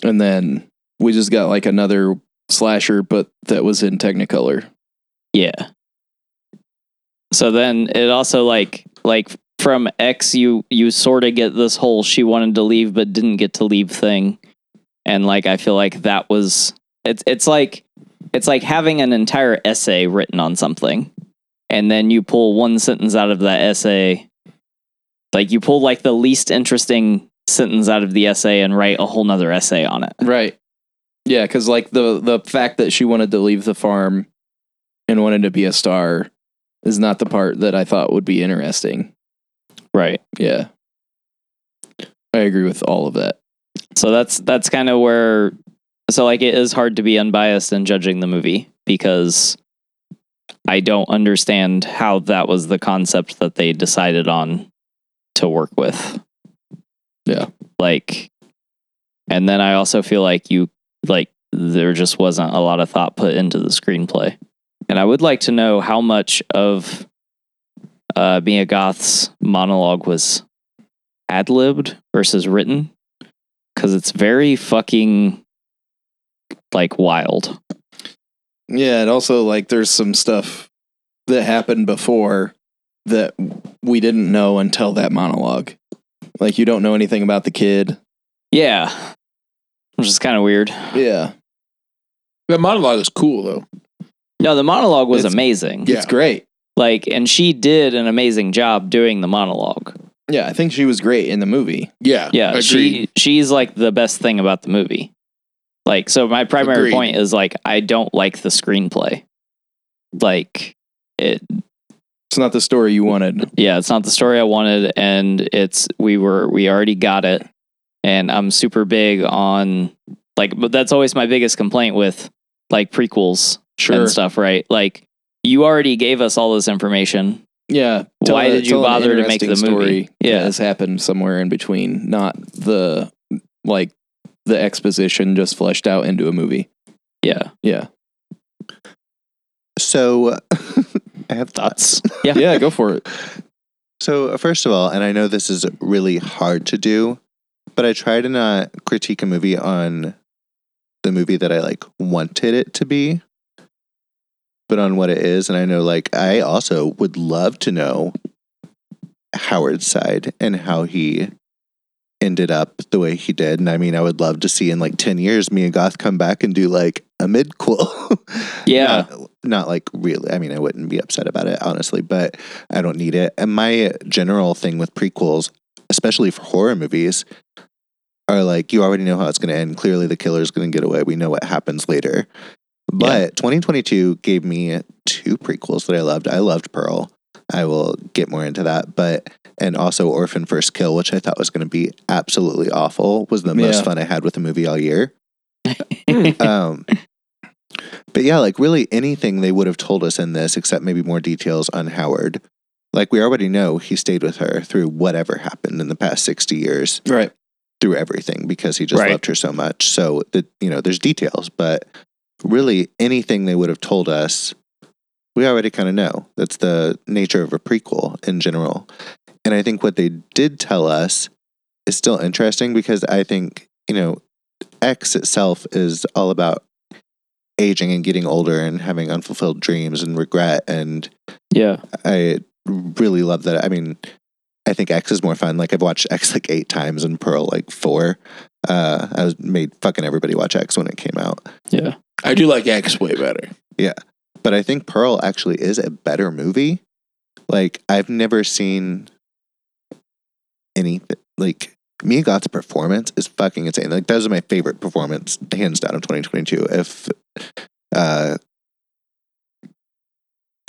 S1: and then we just got like another slasher but that was in technicolor
S2: Yeah. So then it also like like from X you you sort of get this whole she wanted to leave but didn't get to leave thing. And like I feel like that was it's it's like it's like having an entire essay written on something and then you pull one sentence out of that essay like you pull like the least interesting sentence out of the essay and write a whole nother essay on it.
S1: right yeah because like the the fact that she wanted to leave the farm and wanted to be a star is not the part that i thought would be interesting
S2: Right.
S1: Yeah. I agree with all of that.
S2: So that's that's kind of where so like it is hard to be unbiased in judging the movie because I don't understand how that was the concept that they decided on to work with.
S1: Yeah.
S2: Like and then I also feel like you like there just wasn't a lot of thought put into the screenplay. And I would like to know how much of uh being a goth's monologue was ad libbed versus written because it's very fucking like wild.
S1: Yeah, and also like there's some stuff that happened before that we didn't know until that monologue. Like you don't know anything about the kid.
S2: Yeah, which is kind of weird.
S1: Yeah.
S3: That monologue is cool though.
S2: No, the monologue was
S1: It's-
S2: amazing.
S3: Yeah.
S1: It's great.
S2: Like, and she did an amazing job doing the monologue.
S1: Yeah, I think she was great in the movie.
S3: Yeah.
S2: Yeah,
S3: Agreed.
S2: she she's like the best thing about the movie. Like, so my primary
S3: Agreed.
S2: point is like I don't like the screenplay. Like it,
S1: It's not the story you wanted.
S2: yeah, it's not the story I wanted, and it's we were we already got it, and I'm super big on like, but that's always my biggest complaint with like prequels
S1: Sure.
S2: and stuff, right? Like, you already gave us all this information.
S1: Yeah.
S2: Why did you
S1: an
S2: bother to make
S1: interesting
S2: the movie?
S1: that
S2: Yeah.
S1: has happened somewhere in between, not the like the exposition just fleshed out into a movie.
S2: Yeah,
S1: Yeah.
S5: So (laughs) I have
S2: thoughts.
S1: Yeah, go for it.
S5: So, uh, first of all, and I know this is really hard to do, but I try to not critique a movie on the movie that I like wanted it to be, but on what it is. And I know, like, I also would love to know Howard's side and how he ended up the way he did. And I mean, I would love to see in like 10 years me and Goth come back and do like a (laughs) midquel.
S2: Yeah.
S5: Not, not like really. I mean, I wouldn't be upset about it, honestly, but I don't need it. And my general thing with prequels, especially for horror movies, are like you already know how it's going to end. Clearly, the killer's going to get away. We know what happens later. But 2022 gave me two prequels that I loved. I loved Pearl. I will get more into that, but and also Orphan First Kill, which I thought was going to be absolutely awful, was the
S1: Yeah.
S5: most fun I had with a movie all year. um, but yeah, like really anything they would have told us in this, except maybe more details on Howard. Like we already know he stayed with her through whatever happened in the past 60 years,
S1: Right.
S5: through everything because he just
S2: Right.
S5: loved her so much. So that, you know, there's details, but really anything they would have told us, we already kind of know. That's the nature of a prequel in general. And I think what they did tell us is still interesting because I think, you know, X itself is all about aging and getting older and having unfulfilled dreams and regret. And
S2: yeah,
S5: I really love that. I mean, I think X is more fun. Like I've watched X like eight times and Pearl like four. Uh, I was made fucking everybody watch X when it came out.
S2: yeah,
S3: I do like X way better.
S5: but I think Pearl actually is a better movie. Like I've never seen anything like Mia Goth's performance is fucking insane. Like that was my favorite performance, hands down, of 2022. If, uh,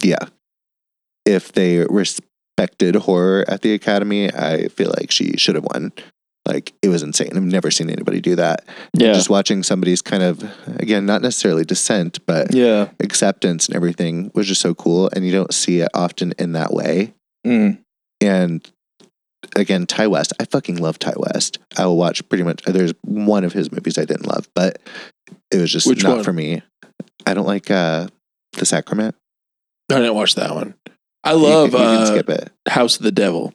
S5: yeah, if they respected horror at the Academy, I feel like she should have won. Like it was insane. I've never seen anybody do that.
S2: (laughs) yeah.
S5: Just watching somebody's kind of again, not necessarily dissent, but
S1: Yeah.
S5: acceptance and everything was just so cool and you don't see it often in that way
S1: Mm.
S5: and again ty west i fucking love ty west i will watch pretty much there's one of his movies i didn't love but it was just
S3: Which
S5: not
S3: one?
S5: for me i don't like uh the sacrament
S3: I didn't watch that one. I
S5: You
S3: love
S5: can- you, can
S3: uh,
S5: skip it
S3: House of the Devil.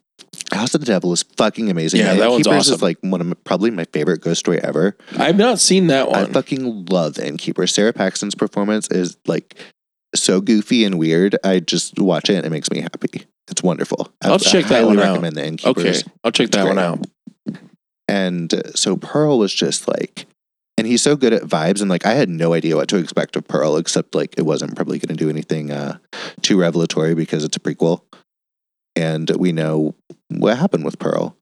S5: house of the devil is fucking amazing
S3: Yeah, that one's
S5: Innkeepers is
S3: awesome.
S5: like one of my, probably my favorite ghost story ever
S3: I've not seen that
S5: i
S3: one.
S5: fucking love innkeeper sarah paxton's performance is like so goofy and weird i just watch it and it makes me happy it's wonderful I
S3: I'll check that
S5: highly
S3: one out.
S5: recommend the innkeepers
S3: okay, I'll check that one out.
S5: And uh, so Pearl was just like, and he's so good at vibes. And like, I had no idea what to expect of Pearl, except like it wasn't probably going to do anything uh, too revelatory because it's a prequel. And we know what happened with Pearl.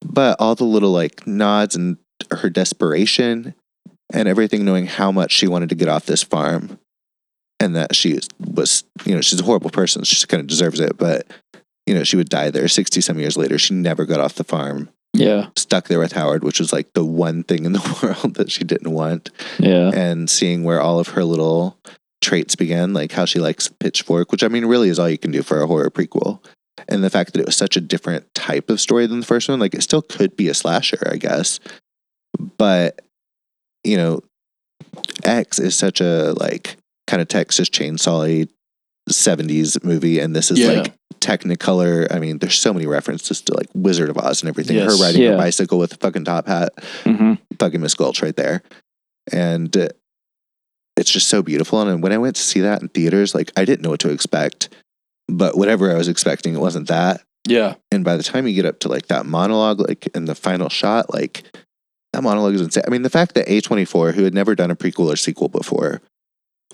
S5: But all the little like nods and her desperation and everything, knowing how much she wanted to get off this farm and that she was, you know, she's a horrible person. She kind of deserves it. But, you know, she would die there 60 some years later. She never got off the farm
S2: yeah,
S5: stuck there with Howard, which was like the one thing in the (laughs) world that she didn't want.
S2: yeah,
S5: And seeing where all of her little traits began, like how she likes Pitchfork, which I mean, really is all you can do for a horror prequel. And the fact that it was such a different type of story than the first one, like it still could be a slasher, I guess. But, you know, X is such a like kind of Texas chainsaw 70s movie. And this is
S3: Yeah.
S5: like Technicolor. I mean, there's so many references to like Wizard of Oz and everything.
S1: Yes.
S5: Her riding
S2: Yeah.
S5: a bicycle with a fucking top hat,
S2: hmm
S5: fucking Miss Gulch right there. And uh, it's just so beautiful. And when I went to see that in theaters, like I didn't know what to expect, but whatever I was expecting, it wasn't that.
S3: Yeah,
S5: And by the time you get up to like that monologue, like in the final shot, like that monologue is insane. I mean, the fact that A24, who had never done a prequel or sequel before,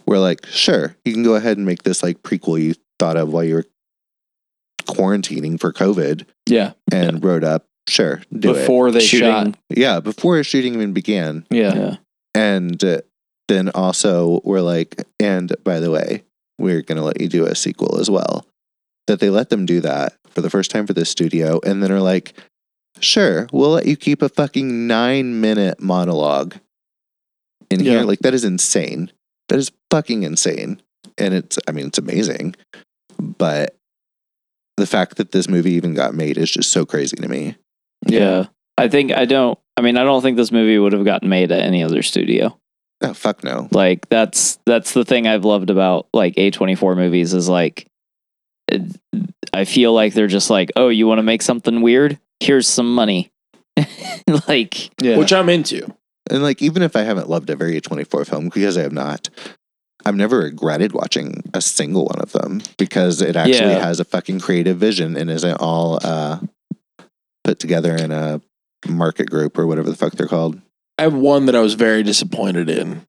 S5: were like, sure, you can go ahead and make this like prequel you thought of while you were quarantining for COVID
S1: Yeah.
S5: and wrote up, sure, do
S1: Before they shot.
S5: it. Yeah, before shooting even began
S1: Yeah.
S5: and uh, then also we're like and by the way we're going to let you do a sequel as well that they let them do that for the first time for this studio and then are like, sure, we'll let you keep a fucking nine minute monologue in
S4: Yeah.
S5: here. Like, that is insane. That is fucking insane. And it's, I mean, it's amazing. But the fact that this movie even got made is just so crazy to me.
S2: Yeah. I think I don't I mean I don't think this movie would have gotten made at any other studio.
S5: Oh, fuck no.
S2: Like that's that's the thing I've loved about like A24 movies is like it, I feel like they're just like, "Oh, you want to make something weird? Here's some money." (laughs) like
S4: Yeah.
S3: which I'm into.
S5: And like, even if I haven't loved every A24 film, because I have not, I've never regretted watching a single one of them because it actually
S2: Yeah.
S5: has a fucking creative vision and isn't all uh, put together in a market group or whatever the fuck they're called. (laughs)
S3: I have one that I was very disappointed in.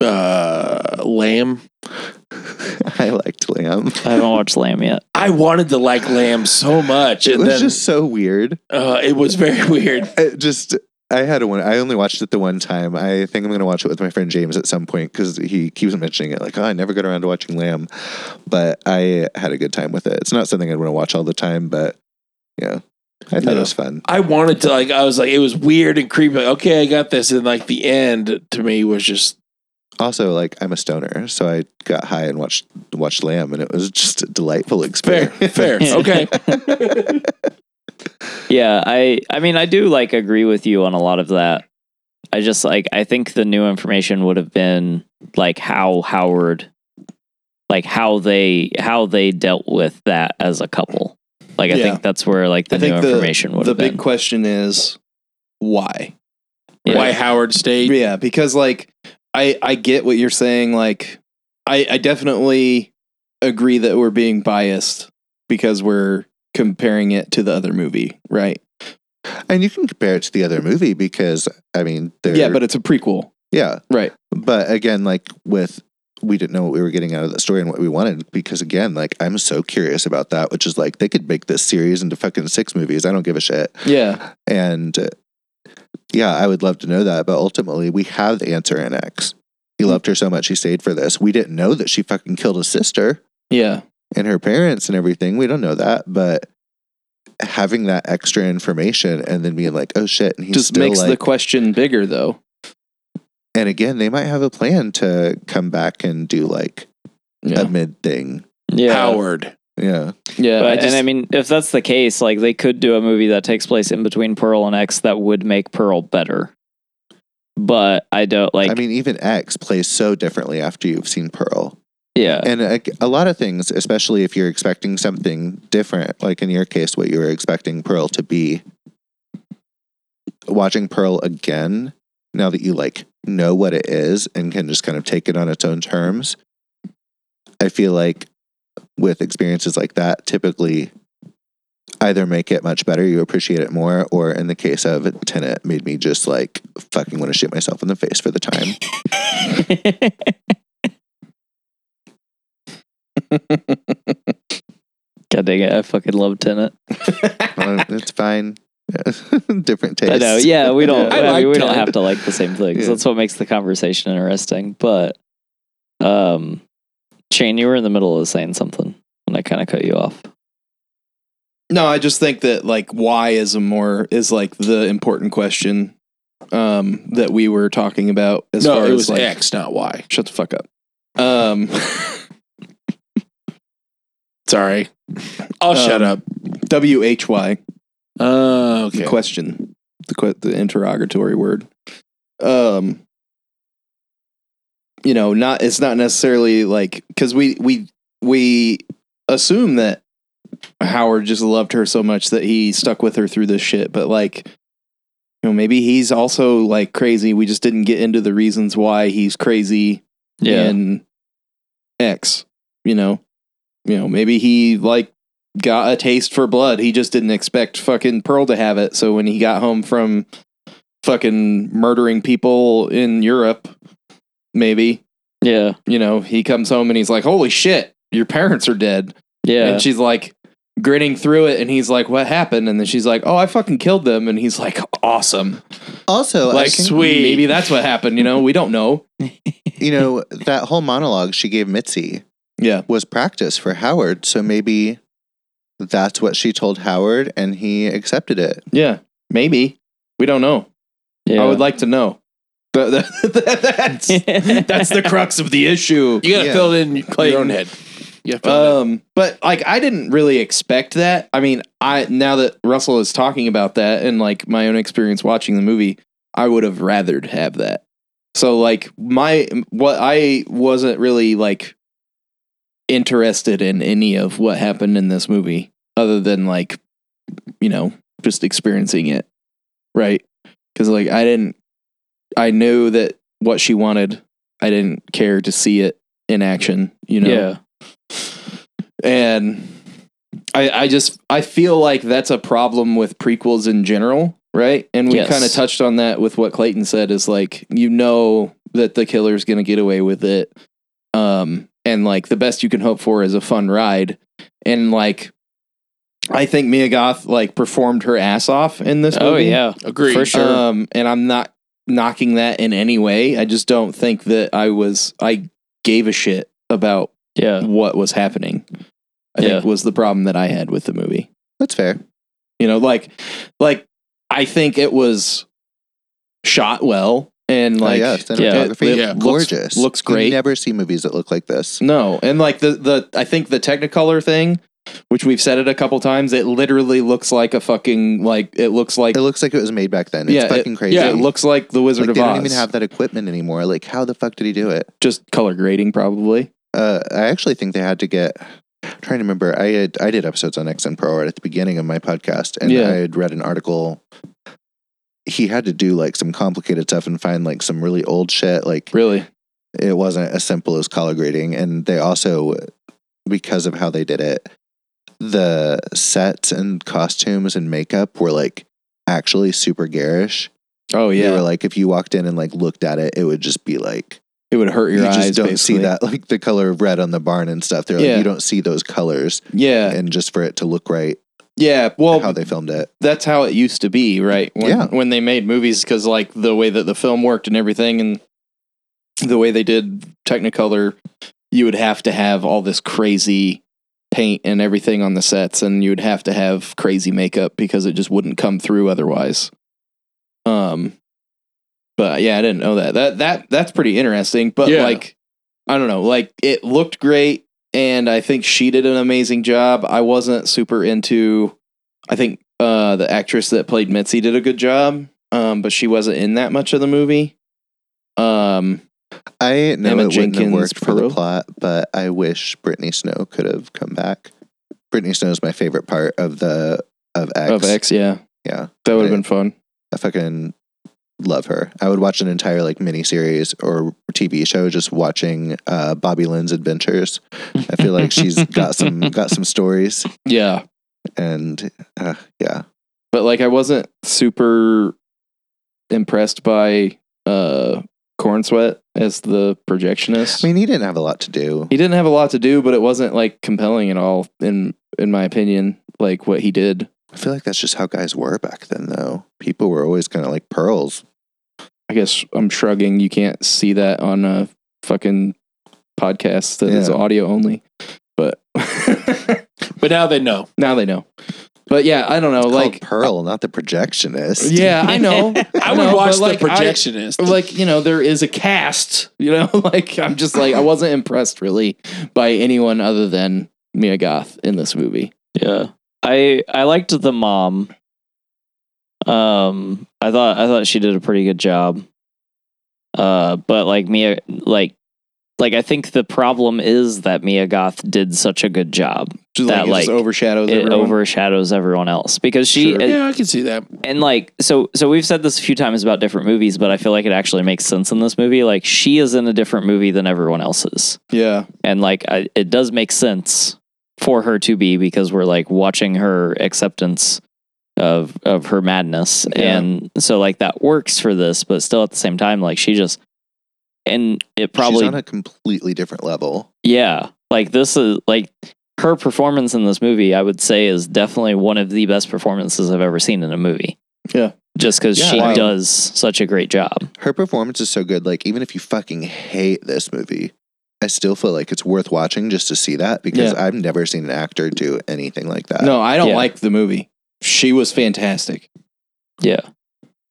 S3: Uh, Lamb.
S5: I liked Liam.
S2: I haven't watched Lamb yet.
S3: I wanted to like Lamb so much,
S5: It
S3: and
S5: was
S3: then
S5: just so weird.
S3: uh, it was very (laughs) weird.
S5: It just. I had one. I only watched it the one time. I think I'm going to watch it with my friend James at some point because he keeps mentioning it. Like, oh, I never got around to watching Lamb, but I had a good time with it. It's not something I'd want to watch all the time, but yeah, I thought
S3: Yeah.
S5: it was fun.
S3: I wanted to like. I was like, it was weird and creepy. Like, okay, I got this, and like the end to me was just
S5: Also, like, I'm a stoner, so I got high and watched watched Lamb, and it was just a delightful
S3: fair,
S5: experience.
S3: fair, (laughs) okay.
S2: Yeah, I I mean I do like agree with you on a lot of that. I just like I think the new information would have been like how Howard like how they how they dealt with that as a couple. Like I
S4: Yeah.
S2: think that's where like the
S1: I
S2: new
S1: think the-
S2: information would
S1: the
S2: have been.
S1: big question is why?
S2: Yeah.
S3: Why Howard stayed?
S1: Yeah, because like I I get what you're saying. Like I I definitely agree that we're being biased because we're comparing it to the other movie, right?
S5: (laughs) And you can compare it to the other movie because, I mean, they're,
S1: Yeah, but it's a prequel,
S5: yeah,
S1: right?
S5: but again, like with we didn't know what we were getting out of that story and what we wanted because again, like I'm so curious about that, which is like they could make this series into fucking six movies. I don't give a shit.
S1: Yeah,
S5: And uh, yeah, I would love to know that, but ultimately we have the answer in X. He
S1: Mm-hmm.
S5: loved her so much he stayed for this. We didn't know that she fucking killed his sister
S1: yeah,
S5: and her parents and everything. We don't know that, but having that extra information and then being like, oh shit, and he's
S1: just
S5: still
S1: makes
S5: like,
S1: the question bigger though.
S5: and again, they might have a plan to come back and do like
S1: Yeah,
S5: a mid thing.
S2: yeah.
S3: Howard.
S5: Yeah.
S1: yeah,
S2: But,
S1: I just-
S2: and I mean if that's the case like they could do a movie that takes place in between Pearl and X that would make Pearl better. But I don't like
S5: I mean, even X plays so differently after you've seen Pearl. (laughs)
S2: yeah.
S5: And a, a lot of things, especially if you're expecting something different, like in your case, what you were expecting Pearl to be. Watching Pearl again, now that you like know what it is and can just kind of take it on its own terms, I feel like with experiences like that, typically either make it much better, you appreciate it more, or in the case of Tenet, made me just like fucking want to shoot myself in the face for the time.
S2: God dang it, I fucking love Tenet.
S5: Um, it's fine. (laughs) Different taste.
S2: I know. Yeah, we
S5: (laughs)
S2: don't. (laughs)
S3: I
S2: I, mean,
S3: like
S2: we don't
S3: it.
S2: have to like the same things.
S5: Yeah.
S2: That's what makes the conversation interesting. But, um, Shane, you were in the middle of saying something, and I kind of cut you off.
S1: No, I just think that like why is a
S4: (laughs)
S1: more is like the important question um that we were talking about as
S3: no,
S1: far
S3: it
S1: as
S3: was
S1: like
S3: X, not Y.
S1: shut the fuck up. Um (laughs)
S3: Sorry, I'll shut up.
S1: W H Y
S3: Uh,
S1: the
S3: okay.
S1: question. The que- the interrogatory word. Um you know, not it's not necessarily like cuz we we we assume that Howard just loved her so much that he stuck with her through this shit, but like you know, maybe he's also like crazy. We just didn't get into the reasons why he's crazy in X, you know. You know, maybe he like got a taste for blood. He just didn't expect fucking Pearl to have it. So when he got home from fucking murdering people in Europe, maybe,
S2: yeah,
S1: you know, he comes home and he's like, "Holy shit, your parents are dead."
S2: yeah,
S1: And she's like grinning through it and he's like, "What happened?" And then she's like, "Oh, I fucking killed them." And he's like, "Awesome."
S5: Also,
S1: Like,
S5: I think,
S3: Sweet.
S1: maybe that's what happened, you know? We don't know.
S5: you know, that whole monologue she gave Mitzi
S1: Yeah.
S5: was practice for Howard. So maybe that's what she told Howard and he accepted it.
S1: Yeah. Maybe. We don't know.
S2: Yeah.
S1: I would like to know. But (laughs) that's,
S2: (laughs)
S1: that's the crux of the issue.
S3: You gotta
S5: Yeah.
S3: fill it in Uh,
S1: Clayton.
S3: your own head. You have to fill it in.
S1: Um, but like I didn't really expect that. I mean, I now that Russell is talking about that and like my own experience watching the movie, I would have rathered have that. So like my what I wasn't really like interested in any of what happened in this movie other than like you know, just experiencing it. Right? Cuz like I didn't I knew that what she wanted. I didn't care to see it in action, you know
S2: Yeah.
S1: and I, I just I feel like that's a problem with prequels in general, right? And we
S2: Yes.
S1: kind of touched on that with what Clayton said is like you know that the killer's going to get away with it, um, and like the best you can hope for is a fun ride, and like I think Mia Goth like performed her ass off in this.
S2: Oh
S1: movie.
S2: yeah.
S3: Agreed.
S2: For sure.
S1: Um, and I'm not knocking that in any way. I just don't think that I was I gave a shit about
S2: Yeah.
S1: what was happening. I
S2: Yeah.
S1: think was the problem that I had with the movie.
S5: That's fair.
S1: You know, like like I think it was shot well and like
S5: Like, Oh, yeah, cinematography,
S1: it- it
S3: yeah,
S1: looks-
S5: gorgeous.
S1: looks
S5: You
S1: great.
S5: never see movies that look like this.
S1: No, and like the the I think the Technicolor thing, which we've said it a couple times, it literally looks like a fucking like it looks like
S5: It looks like it was made back then. It's
S1: Yeah, it-
S5: fucking crazy.
S1: yeah, it looks like the Wizard
S5: like they
S1: of Oz.
S5: don't even have that equipment anymore. Like, how the fuck did he do it?
S1: just color grading probably.
S5: uh, I actually think they had to get. I'm trying to remember, I had I did episodes on X and Pro Art at the beginning of my podcast, and
S1: Yeah.
S5: I had read an article. He had to do like some complicated stuff and find like some really old shit. Like
S1: Really?
S5: it wasn't as simple as color grading, and they also, because of how they did it, the sets and costumes and makeup were like actually super garish.
S1: Oh
S5: They were
S1: yeah.
S5: like if you walked in and like looked at it, it would just be like
S1: It would hurt your
S5: you
S1: eyes
S5: just don't see
S1: basically.
S5: that like the color of red on the barn and stuff. They're
S1: Yeah.
S5: like you don't see those colors,
S1: Yeah.
S5: and just for it to look right,
S1: Yeah. Well,
S5: how they filmed it.
S1: that's how it used to be, right? When,
S5: Yeah.
S1: When they made movies, because like the way that the film worked and everything, and the way they did Technicolor, you would have to have all this crazy paint and everything on the sets, and you would have to have crazy makeup because it just wouldn't come through otherwise. Um, but yeah, I didn't know that. That that that's pretty interesting. But
S3: Yeah.
S1: like, I don't know. Like it looked great, and I think she did an amazing job. I wasn't super into. I think uh, the actress that played Mitzi did a good job, um, but she wasn't in that much of the movie. Um,
S5: I know
S1: Emma
S5: it wouldn't have
S1: Jenkins
S5: worked for the
S1: Perot?
S5: plot, but I wish Brittany Snow could have come back. Brittany Snow is my favorite part of the of X.
S1: of X, yeah,
S5: Yeah,
S1: that would have
S5: Right.
S1: been fun.
S5: I fucking love her. I would watch an entire like miniseries or TV show just watching uh, Bobby Lynn's adventures. I feel
S1: (laughs)
S5: like she's got some got some stories,
S1: Yeah,
S5: and uh, yeah,
S1: but like I wasn't super impressed by uh, Corn Sweat as the projectionist.
S5: I mean he didn't have a lot to do.
S1: he didn't have a lot to do, but it wasn't like compelling at all, in in my opinion. Like what he did,
S5: I feel like that's just how guys were back then, though. People were always kind of like pearls.
S1: I guess I'm shrugging. You can't see that on a fucking podcast that is
S5: Yeah.
S1: audio only, but (laughs)
S3: But now they know.
S1: now they know. But yeah, I don't
S2: Oh,
S1: know.
S5: It's
S1: like,
S5: called
S2: uh,
S5: pearl, not the projectionist.
S1: yeah, I
S5: (laughs)
S1: know.
S3: I would
S1: know, but,
S3: watch the
S1: like, I-
S3: projectionist.
S1: like you know there is a cast you know (laughs) like i'm just like i wasn't impressed really by anyone other than mia goth in this movie
S2: Yeah. I I liked the mom. Um I thought I thought she did a pretty good job. Uh but like Mia like like I think the problem is that Mia Goth did such a good job.
S1: just like,
S2: That,
S1: it just
S2: like,
S1: overshadows
S2: It
S1: everyone.
S2: overshadows everyone else because she
S1: Sure.
S2: and,
S3: yeah, I can see that.
S2: and, like so so we've said this a few times about different movies but I feel like it actually makes sense in this movie like she is in a different movie than everyone else is
S1: yeah
S2: and like I, it does make sense for her to be because we're like watching her acceptance of of her madness
S1: Yeah.
S2: and so like that works for this but still at the same time like she just and it
S5: Probably
S2: probably
S5: on a completely different level.
S2: yeah like this is like her performance in this movie i would say is definitely one of the best performances i've ever seen in a movie
S1: Yeah.
S2: just because
S5: Yeah,
S2: she
S5: wow.
S2: does such a great job
S5: Her performance is so good. Like even if you fucking hate this movie, I still feel like it's worth watching just to see that because
S1: Yeah.
S5: I've never seen an actor do anything like that.
S1: no, I don't
S2: yeah.
S1: like the movie. She was fantastic.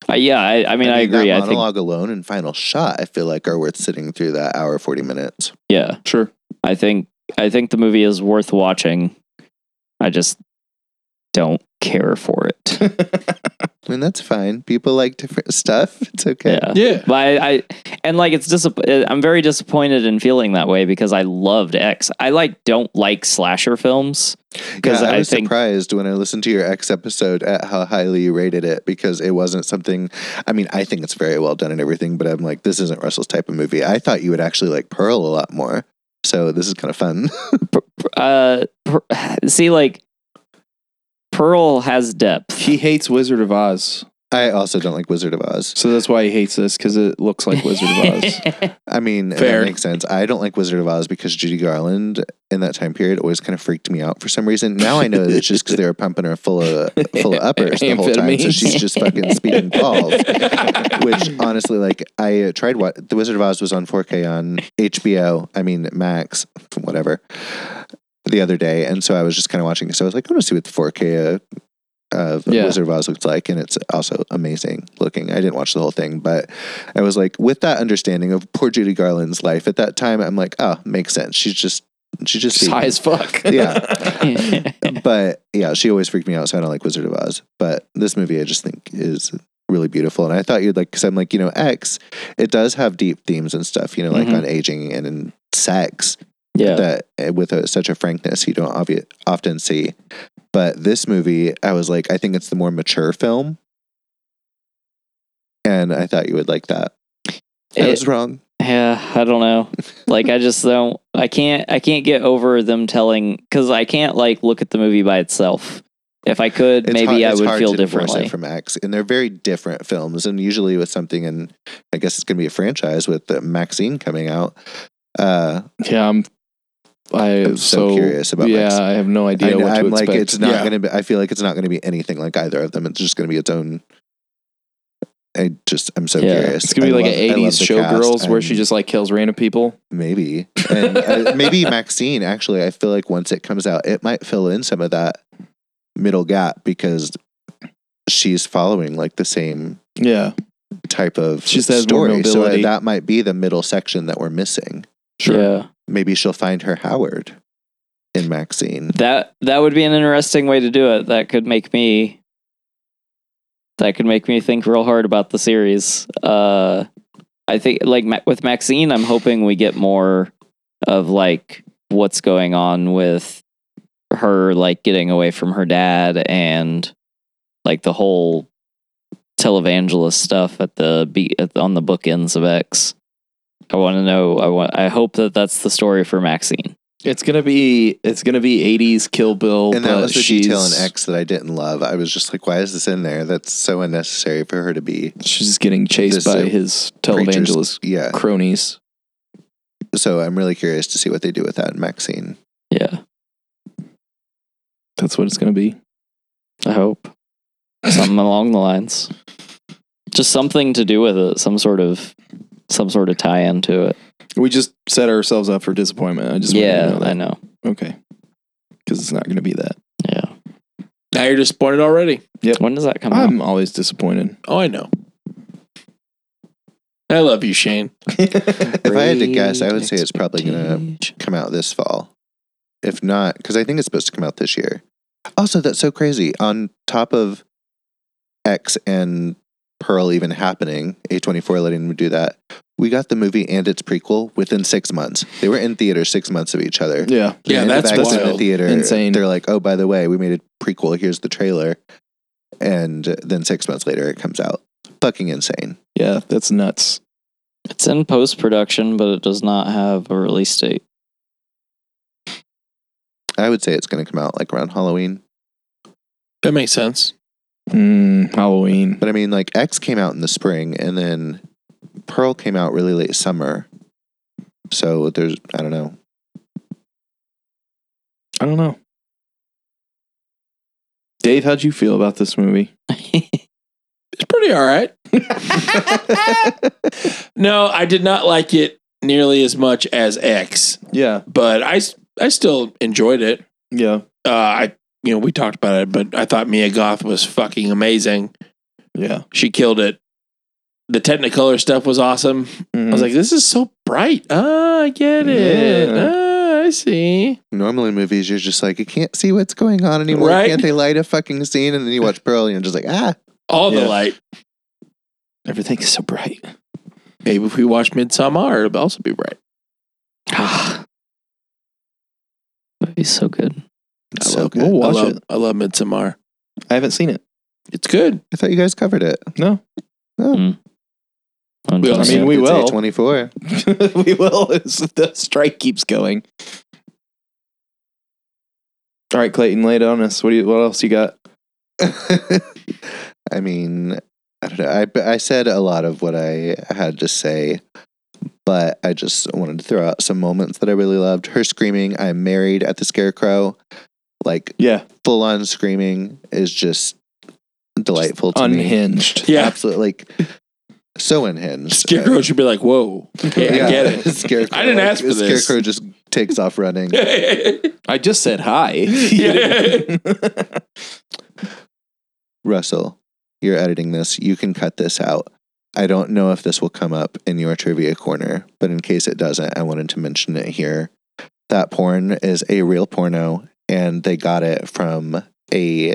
S2: Uh, yeah, I, I mean, I, agree.
S5: That
S2: I think
S5: monologue alone and final shot, I feel like are worth sitting through that hour forty minutes.
S2: yeah,
S1: Sure.
S2: I think I think the movie is worth watching. I just don't care for
S5: (laughs)
S2: it.
S5: I mean, that's fine. People like different stuff. It's okay.
S2: yeah.
S3: Yeah.
S2: But I, I and like it's disapp- I'm very disappointed in feeling that way because I loved X. I like don't like slasher films.
S5: Yeah,
S2: 'Cause
S5: I
S2: I
S5: was
S2: think-
S5: surprised when I listened to your X episode at how highly you rated it because it wasn't something. I mean, I think it's very well done and everything, but I'm like, this isn't Russell's type of movie. I thought you would actually like Pearl a lot more. So this is kind of fun. (laughs)
S2: Uh, per- (sighs) see, like Pearl has depth.
S1: He hates Wizard of Oz,
S5: I also don't like Wizard of Oz.
S1: so that's why he hates this because it looks like Wizard of Oz. (laughs)
S5: I mean,
S3: Fair.
S5: that makes sense. I don't like Wizard of Oz because Judy Garland in that time period always kind of freaked me out for some reason. Now I know it's just because they were pumping her full of full of uppers the whole time, so
S1: Amphetamines.
S5: she's just fucking speeding balls. Which honestly, like, I uh, tried what The Wizard of Oz was on 4K on HBO. I mean, Max, whatever, the other day, and so I was just kind of watching. So I was like, I want to see what the 4K. Uh, of
S1: Yeah.
S5: Wizard of Oz looked like, and it's also amazing looking. I didn't watch the whole thing, but I was like, with that understanding of poor Judy Garland's life at that time, I'm like, oh, makes sense. She's just, she just,
S1: She's high as fuck.
S5: yeah. But yeah, she always freaked me out, so I don't like Wizard of Oz. But this movie, I just think is really beautiful, and I thought you'd like, because I'm like, you know, X, it does have deep themes and stuff, you know, like
S2: Mhm.
S5: on aging and in sex
S2: yeah,
S5: that uh, with a, such a frankness you don't obvi- often see. But this movie, I was like, I think it's the more mature film. And I thought you would like that. I
S2: It-
S5: was wrong.
S2: yeah. I don't know. Like, I just don't. I can't. I can't get over them telling because I can't like look at the movie by itself. If I could,
S5: It's
S2: maybe
S5: hard-
S2: I
S5: it's
S2: would
S5: hard
S2: feel
S5: to divorce
S2: differently.
S5: it from X, and they're very different films. And usually with something, and I guess it's going to be a franchise with uh, Maxine coming out. Uh,
S1: (laughs) Yeah, I'm. I,
S5: I'm so curious about
S1: Yeah,
S5: Max.
S1: I have no
S5: I
S1: idea
S5: know,
S1: what to
S5: I'm like,
S1: expect.
S5: it's not
S3: Yeah.
S5: going to be. I feel like it's not going to be anything like either of them. It's just going to be its own. I just, I'm so
S2: Yeah.
S5: curious.
S1: It's gonna be
S5: I
S1: like
S5: love- I
S1: an
S5: love
S1: '80s
S5: the cast.
S1: showgirls where she
S5: I'm-
S1: just like kills random people.
S5: maybe
S1: (laughs)
S5: and uh, maybe Maxine. Actually, I feel like once it comes out, it might fill in some of that middle gap because she's following like the same
S1: Yeah,
S5: type of
S1: She just has more
S5: story. so uh,
S1: mobility.
S5: that might be the middle section that we're missing.
S2: Yeah.
S5: Maybe she'll find her Howard in Maxine.
S2: That that would be an interesting way to do it. That could make me that could make me think real hard about the series. Uh I think like Ma- with Maxine, I'm hoping we get more of like what's going on with her like getting away from her dad and like the whole televangelist stuff at the be at, on the bookends of X. I want to know. I want. I hope that that's the story for Maxine.
S1: it's gonna be it's gonna be '80s Kill Bill.
S5: And that
S1: but
S5: was the
S1: she's,
S5: detail in X that I didn't love. I was just like, why is this in there? That's so unnecessary for her to be.
S1: She's just getting chased
S5: This,
S1: by
S5: uh,
S1: his
S5: preachers.
S1: televangelist
S5: Yeah.
S1: cronies.
S5: So I'm really curious to see what they do with that in Maxine.
S2: Yeah,
S1: That's what it's gonna be.
S2: I hope. Something along the lines. Just something to do with it, some sort of some sort of tie in to it.
S1: We just set ourselves up for disappointment. I just want you to
S2: yeah,
S1: know that.
S2: I know.
S1: Okay. Because it's not going to be that.
S2: Yeah.
S3: Now you're disappointed already.
S2: When does that come
S5: Um,
S2: out?
S1: I'm always disappointed.
S3: Oh, I know. I love you, Shane.
S5: If I had to guess, I would say it's probably going to come out this fall. If not, because I think it's supposed to come out this year. Also, that's so crazy. On top of X and Pearl even happening, A24 letting them do that, we got the movie and its prequel within six months. They were in theaters six months of each other.
S1: Yeah.
S3: Yeah,
S5: And the
S3: that's
S5: fact it's in the
S3: wild.
S5: theater.
S1: Insane.
S5: They're like, oh, by the way, we made a prequel. Here's the trailer. And then six months later, it comes out. Fucking insane.
S1: Yeah. That's nuts.
S2: It's in post production, but it does not have a release date.
S5: I would say it's going to come out like around Halloween.
S3: That makes sense.
S1: Mm, Halloween.
S5: But I mean, like X came out in the spring, and then Pearl came out really late summer. So there's, I don't know.
S1: I don't know. Dave, how'd you feel about this movie? (laughs)
S3: It's pretty all right. no, I did not like it nearly as much as X,
S1: Yeah.
S3: but I s- I still enjoyed it.
S1: Yeah.
S3: Uh, I you know we talked about it, but I thought Mia Goth was fucking amazing.
S1: Yeah.
S3: She killed it. The Technicolor stuff was awesome. I
S1: Mhm.
S3: was like, this is so bright. Ah, I get it.
S1: Yeah.
S3: Ah, I see.
S5: Normally, in movies, you're just like, you can't see what's going on anymore.
S3: Right.
S5: Can't they light a fucking scene? And then
S3: (laughs)
S5: you watch Pearl and you're just like, ah.
S3: All
S1: Yeah.
S3: the light.
S1: everything is so bright.
S3: Maybe if we watch Midsommar, it'll also be bright.
S2: Ah. Movie's so good.
S5: It's
S3: I
S5: so
S3: love-
S5: good.
S1: we'll watch
S3: I love,
S1: it.
S3: I love Midsommar.
S1: I haven't seen it. (laughs)
S3: It's good.
S5: I thought you guys covered it.
S1: No.
S3: We all-
S1: I mean, we
S5: It's
S1: will.
S5: 24
S1: we will. as the strike keeps going. All right, Clayton, lay it on us. What do you? What else you got?
S5: (laughs) I mean, I don't know. I, I said a lot of what I had to say, but I just wanted to throw out some moments that I really loved. Her screaming, I'm married at the scarecrow, like
S1: Yeah,
S5: full on screaming is just delightful to me.
S1: unhinged.
S3: Yeah.
S5: Absolutely. Like, so unhinged.
S3: Scarecrow should be like,
S1: (laughs)
S3: whoa. Okay, I get it.
S5: (laughs) Scarecrow,
S3: I didn't
S5: like,
S3: ask for this.
S5: Scarecrow just takes off running.
S3: (laughs)
S1: I just said hi. (laughs)
S3: Yeah.
S5: Russell, you're editing this. You can cut this out. I don't know if this will come up in your trivia corner, but in case it doesn't, I wanted to mention it here. That porn is a real porno, and they got it from a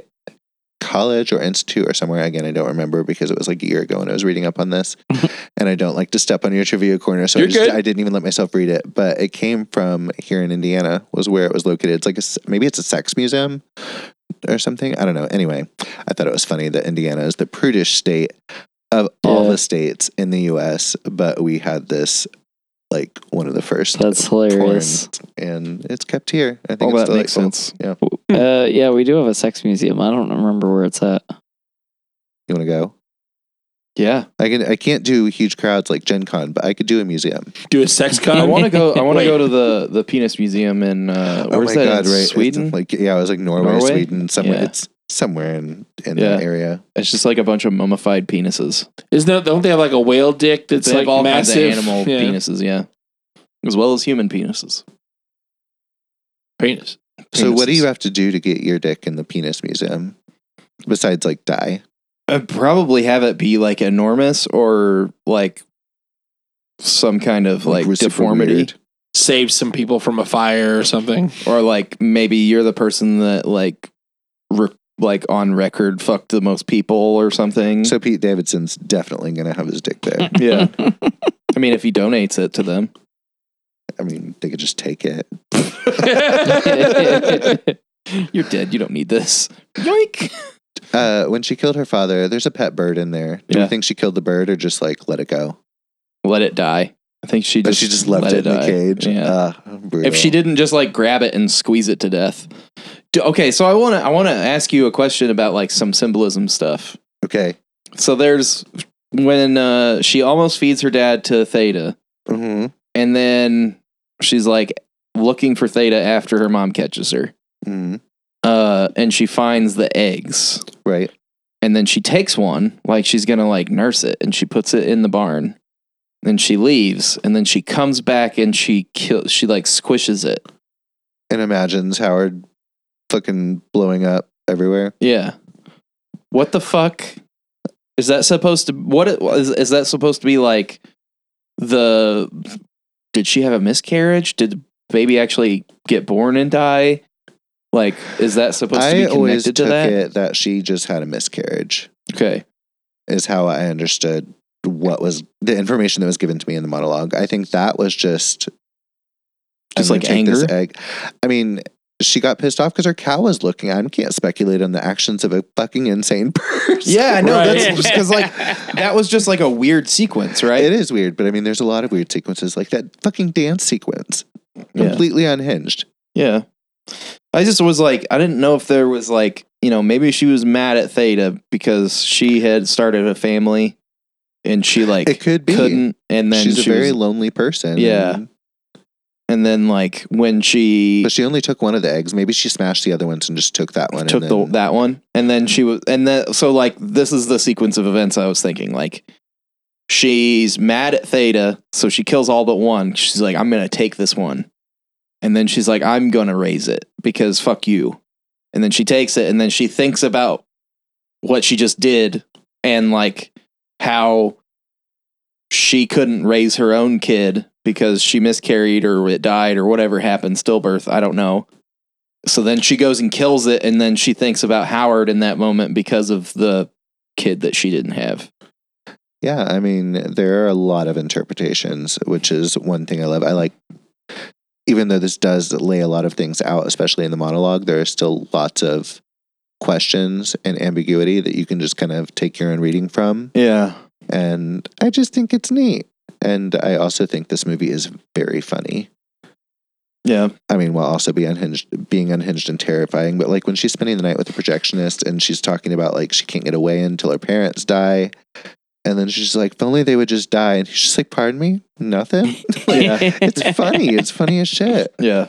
S5: college or institute or somewhere. Again, I don't remember because it was like a year ago and I was reading up
S3: (laughs)
S5: on this. and I don't like to step on your trivia corner, so I,
S3: You're
S5: just,
S3: good.
S5: I didn't even let myself read it. But it came from here in Indiana, was where it was located. It's like a, s- maybe it's a sex museum or something. I don't know. Anyway, I thought it was funny that Indiana is the prudish state of all
S2: Yeah.
S5: the states in the U.S., but we had this like one of the first,
S2: That's hilarious.
S5: and it's kept here. I think
S1: All
S5: it's
S1: that makes
S5: delightful.
S1: sense.
S2: Uh, yeah, we do have a sex museum. I don't remember where it's
S5: (laughs)
S2: at.
S5: oh, You want to go?
S1: Yeah,
S5: I can. I can't do huge crowds like Gen Con, but I could do a museum.
S3: Do a sex
S1: I
S3: con.
S1: want to go. I
S5: (laughs)
S1: want to
S3: Wait.
S1: go to the the penis museum in uh,
S5: oh
S1: where's
S5: my
S1: that?
S5: god!
S1: in
S5: Right?
S1: Sweden.
S5: It's like yeah, I was like Norway,
S1: Norway?
S5: Sweden, somewhere.
S1: Yeah.
S5: It's somewhere in in
S1: Yeah.
S5: that area.
S1: It's just like a bunch of mummified penises.
S3: Isn't that, don't they have like a whale dick that's
S1: they
S3: like
S1: have all
S3: massive?
S1: kinds of animal
S3: Yeah.
S1: penises. Yeah, as well as human penises.
S3: Penis.
S5: So what do
S1: Penises.
S5: you have to do to get your dick in the penis museum? Besides, like die.
S1: I'd probably have it be like enormous or like some kind of like,
S5: we're super
S1: deformity
S5: weird.
S3: Save some people from a fire or something.
S1: or like maybe you're the person that like re- like on record fucked the most people or something.
S5: So Pete Davidson's definitely going to have his dick there.
S1: yeah. (laughs) I mean if he donates it to them.
S5: I mean, they could just take it.
S2: (laughs)
S1: You're dead, you don't need this. Yoink.
S5: Uh, when she killed her father, there's a pet bird in there. Do
S1: Yeah.
S5: you think she killed the bird or just like let it go?
S1: Let it die. I think she
S5: But
S1: just
S5: she just left
S1: let
S5: it, in the
S1: die.
S5: cage.
S1: Yeah.
S5: Uh,
S1: if she
S5: brutal.
S1: didn't just like grab it and squeeze it to death. D- okay, so I want to I want to ask you a question about like some symbolism stuff.
S5: Okay.
S1: So there's when uh, she almost feeds her dad to Theta,
S5: hmm
S1: and then she's like looking for Theta after her mom catches her,
S5: hmm
S1: uh, and she finds the eggs,
S5: Right.
S1: and then she takes one like she's gonna like nurse it, and she puts it in the barn. Then she leaves, and then she comes back and she kills. She like squishes it.
S5: And imagines Howard fucking blowing up everywhere.
S1: Yeah. What the fuck is that supposed to? What it- is is that supposed to be like? The did she have a miscarriage? Did the baby actually get born and die? Like, is that supposed to
S5: I
S1: be
S5: always
S1: connected
S5: took
S1: to that?
S5: it that she just had a miscarriage,
S1: Okay.
S5: is how I understood what was the information that was given to me in the monologue. I think that was just
S1: Just
S5: I'm
S1: like
S5: gonna take this
S1: anger.
S5: egg. I mean, she got pissed off because her cow was looking. I can't speculate on the actions of a fucking insane (laughs) person.
S1: Yeah, I know.
S3: Right.
S1: That's just because like that was just like a weird sequence, right?
S5: It is weird, but I mean, there's a lot of weird sequences like that fucking dance sequence,
S1: Yeah.
S5: completely unhinged.
S1: Yeah. I just was like, I didn't know if there was like, you know, maybe she was mad at Theta because she had started a family and she like
S5: It could be.
S1: couldn't and then
S5: She's
S1: she
S5: a very
S1: was,
S5: lonely person.
S1: Yeah.
S5: and-
S1: and then like when she
S5: but she only took one of the eggs. Maybe she smashed the other ones and just took that one.
S1: took
S5: and
S1: the
S5: then,
S1: that one and then she was and then so like this is the sequence of events I was thinking like She's mad at Theta, so she kills all but one. She's like, I'm going to take this one. And then she's like, I'm going to raise it because fuck you. And then she takes it and then she thinks about what she just did and like how she couldn't raise her own kid because she miscarried or it died or whatever happened, stillbirth, I don't know. So then she goes and kills it and then she thinks about Howard in that moment because of the kid that she didn't have.
S5: Yeah, I mean, there are a lot of interpretations, which is one thing I love. I like, even though this does lay a lot of things out, especially in the monologue, there are still lots of questions and ambiguity that you can just kind of take your own reading from.
S1: Yeah.
S5: And I just think it's neat. And I also think this movie is very funny.
S1: Yeah.
S5: I mean, while also be unhinged, being unhinged and terrifying. But like when she's spending the night with the projectionist and she's talking about like she can't get away until her parents die, and then she's like, "If only they would just die," and she's just like, "Pardon me, nothing." (laughs) it's funny. It's funny as shit.
S1: Yeah.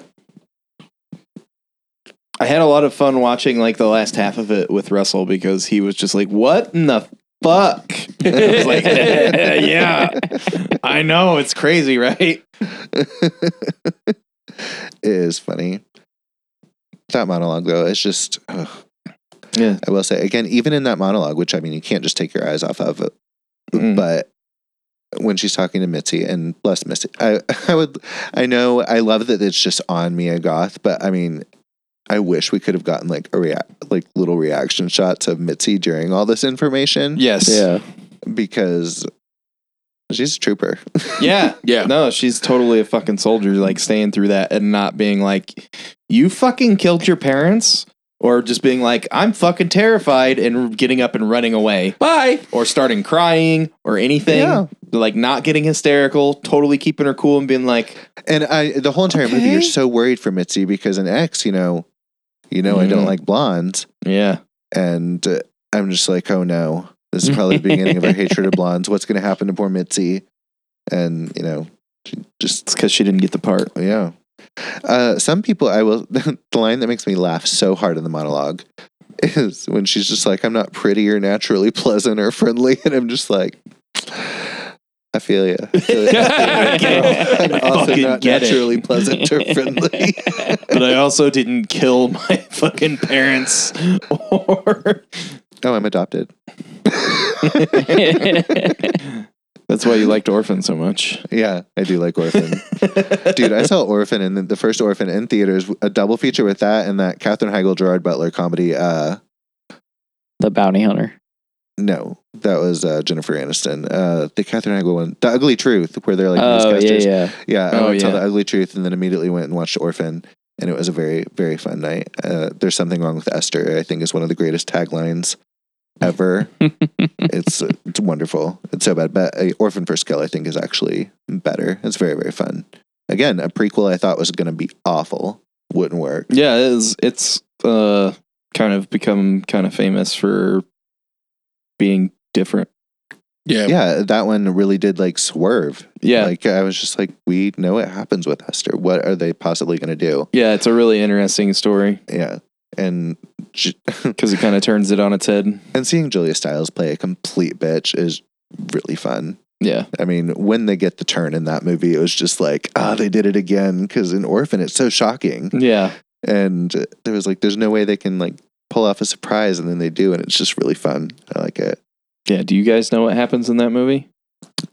S1: I had a lot of fun watching like the last half of it with Russell because he was just like, "What in the fuck?" (laughs) I was like, (laughs) "Yeah, I know it's crazy, right?"
S5: it is funny. That monologue though, it's just. ugh.
S1: Yeah.
S5: I will say again, even in that monologue, which I mean, you can't just take your eyes off of,
S1: Mm.
S5: but when she's talking to Mitzi and bless Mitzi, I, (laughs) I would, I know, I love that it's just on Mia Goth, but I mean, I wish we could have gotten like a react, like little reaction shots of Mitzi during all this information
S1: Yes.
S2: (laughs)
S1: Yeah.
S5: because she's a trooper.
S1: Yeah.
S3: Yeah.
S1: No, she's totally a fucking soldier like staying through that and not being like, "You fucking killed your parents." Or just being like, I'm fucking terrified and getting up and running away
S3: Bye.
S1: or starting crying or anything.
S5: Yeah.
S1: Like, not getting hysterical, totally keeping her cool and being like,
S5: And I, the whole entire movie, you're
S1: Okay.
S5: so worried for Mitzi because in X, you know, you know, I don't
S1: Mhm.
S5: like blondes.
S1: Yeah.
S5: and uh, I'm just like, oh no, this is probably the beginning of our hatred of blondes. What's going to happen to poor Mitzi? And you know, she just
S1: It's because she didn't get the part.
S5: yeah. Uh, some people, I will. (laughs) the line that makes me laugh so hard in the monologue is when she's just like, "I'm not pretty or naturally pleasant or friendly," (laughs) and I'm just like. I feel you. I feel ya.
S1: (laughs)
S5: I feel ya, girl. I'm also
S1: Fucking
S5: not
S1: get it.
S5: naturally pleasant or friendly. (laughs)
S1: But I also didn't kill my (laughs) fucking parents. Or
S5: oh, I'm adopted.
S1: that's why you liked Orphan so much.
S5: Yeah, I do
S2: (laughs)
S5: like Orphan. Dude, I saw Orphan and the- the first Orphan in theaters, a double feature with that and that Katherine Heigl Gerard Butler comedy. Uh,
S2: the bounty hunter.
S5: no, that was uh, Jennifer Aniston. Uh, the Katherine Heigl one, The Ugly Truth, where they're like
S2: oh yeah,
S5: newscasters.
S2: yeah.
S5: Yeah, I
S1: Oh,
S5: went and saw
S1: yeah.
S5: The Ugly Truth and then immediately went and watched Orphan. And it was a very, very fun night. Uh, There's Something Wrong with Esther, I think, is one of the greatest
S1: (laughs)
S5: taglines ever. it's, it's wonderful. It's so bad. But uh, Orphan for Skill, I think, is actually better. It's very, very fun. Again, a prequel I thought was going to be awful wouldn't work.
S1: Yeah, it is, it's uh, kind of become kind of famous for being different.
S3: Yeah.
S5: Yeah, that one really did like swerve.
S1: Yeah.
S5: Like, I was just like, we know it happens with Esther. What are they possibly going to do?
S1: yeah, it's a really interesting story
S5: Yeah. And j- (laughs)
S1: because it kind of turns it on its head.
S5: And seeing Julia Stiles play a complete bitch is really fun.
S1: Yeah.
S5: I mean, when they get the turn in that movie, it was just like, ah, they did it again. Cause in Orphan, it's so shocking.
S1: Yeah.
S5: And uh, there was like, there's no way they can like pull off a surprise. And then they do. And it's just really fun. I like it.
S1: Yeah. Do you guys know what happens in that movie?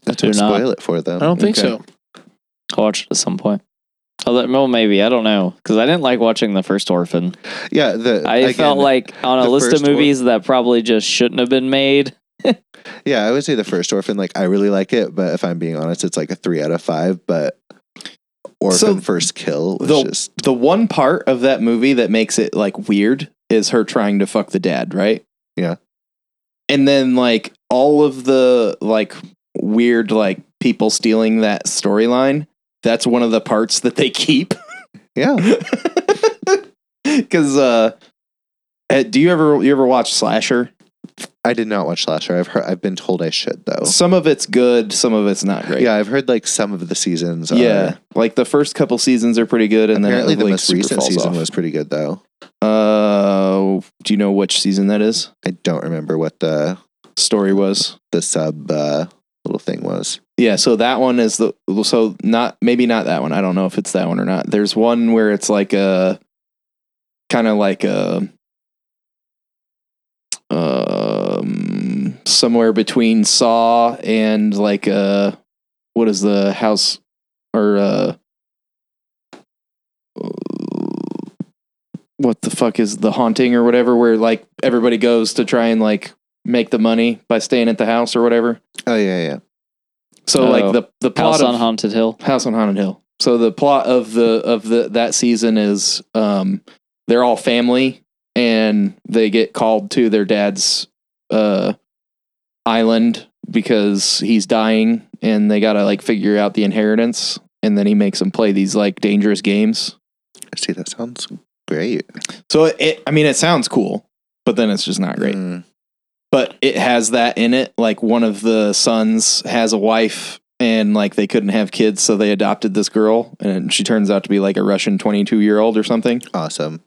S5: I
S2: do
S5: don't
S2: not.
S5: spoil it for
S3: I
S5: them.
S3: don't think
S1: Okay.
S3: so.
S2: I'll watch it at some point. Oh, that, well, maybe I don't know because I didn't like watching the first Orphan.
S5: Yeah.
S1: Uh,
S5: The,
S2: I
S5: again,
S2: felt like on a
S5: the
S2: list of
S5: first Or-
S2: movies that probably just shouldn't have been made.
S5: yeah, I would say the first Orphan, like, I really like it. But if I'm being honest, it's like a three out of five. But Orphan
S1: So,
S5: First Kill was
S1: the-
S5: just,
S1: The one part of that movie that makes it like weird is her trying to fuck the dad, right?
S5: Yeah.
S1: And then like all of the like weird like people stealing that storyline, that's one of the parts that they (laughs) keep.
S5: yeah.
S1: Cause uh eh, do you ever you ever watch Slasher?
S5: I did not watch Slasher. I've heard, I've been told I should though.
S1: Some of it's good, some of it's not great.
S5: Oh. Yeah, I've heard like some of the seasons. Are,
S1: Yeah. Like the first couple seasons are pretty good and
S5: apparently
S1: then it,
S5: the
S1: like,
S5: most
S1: super
S5: recent
S1: falls
S5: season
S1: off.
S5: was pretty good though.
S1: uh do you know which season that is?
S5: I don't remember what the
S1: Story was.
S5: the sub uh, little thing was.
S1: Yeah, so that one is the so not maybe not that one. I don't know if it's that one or not. There's one where it's like a kind of like a um somewhere between Saw and like a what is the house or uh what the fuck is the haunting or whatever where like everybody goes to try and like make the money by staying at the house or whatever.
S5: Oh yeah, yeah.
S1: So
S2: Oh.
S1: like the the plot
S2: House
S1: of
S2: on Haunted Hill.
S1: House on Haunted Hill. So the plot of the of the that season is um they're all family and they get called to their dad's uh island because he's dying and they got to like figure out the inheritance and then he makes them play these like dangerous games.
S5: See, that sounds great.
S1: So it I mean it sounds cool, but then it's just not great.
S5: Mm.
S1: but it has that in it. Like one of the sons has a wife and like they couldn't have kids, so they adopted this girl, and she turns out to be like a Russian 22 year old or something.
S5: Awesome.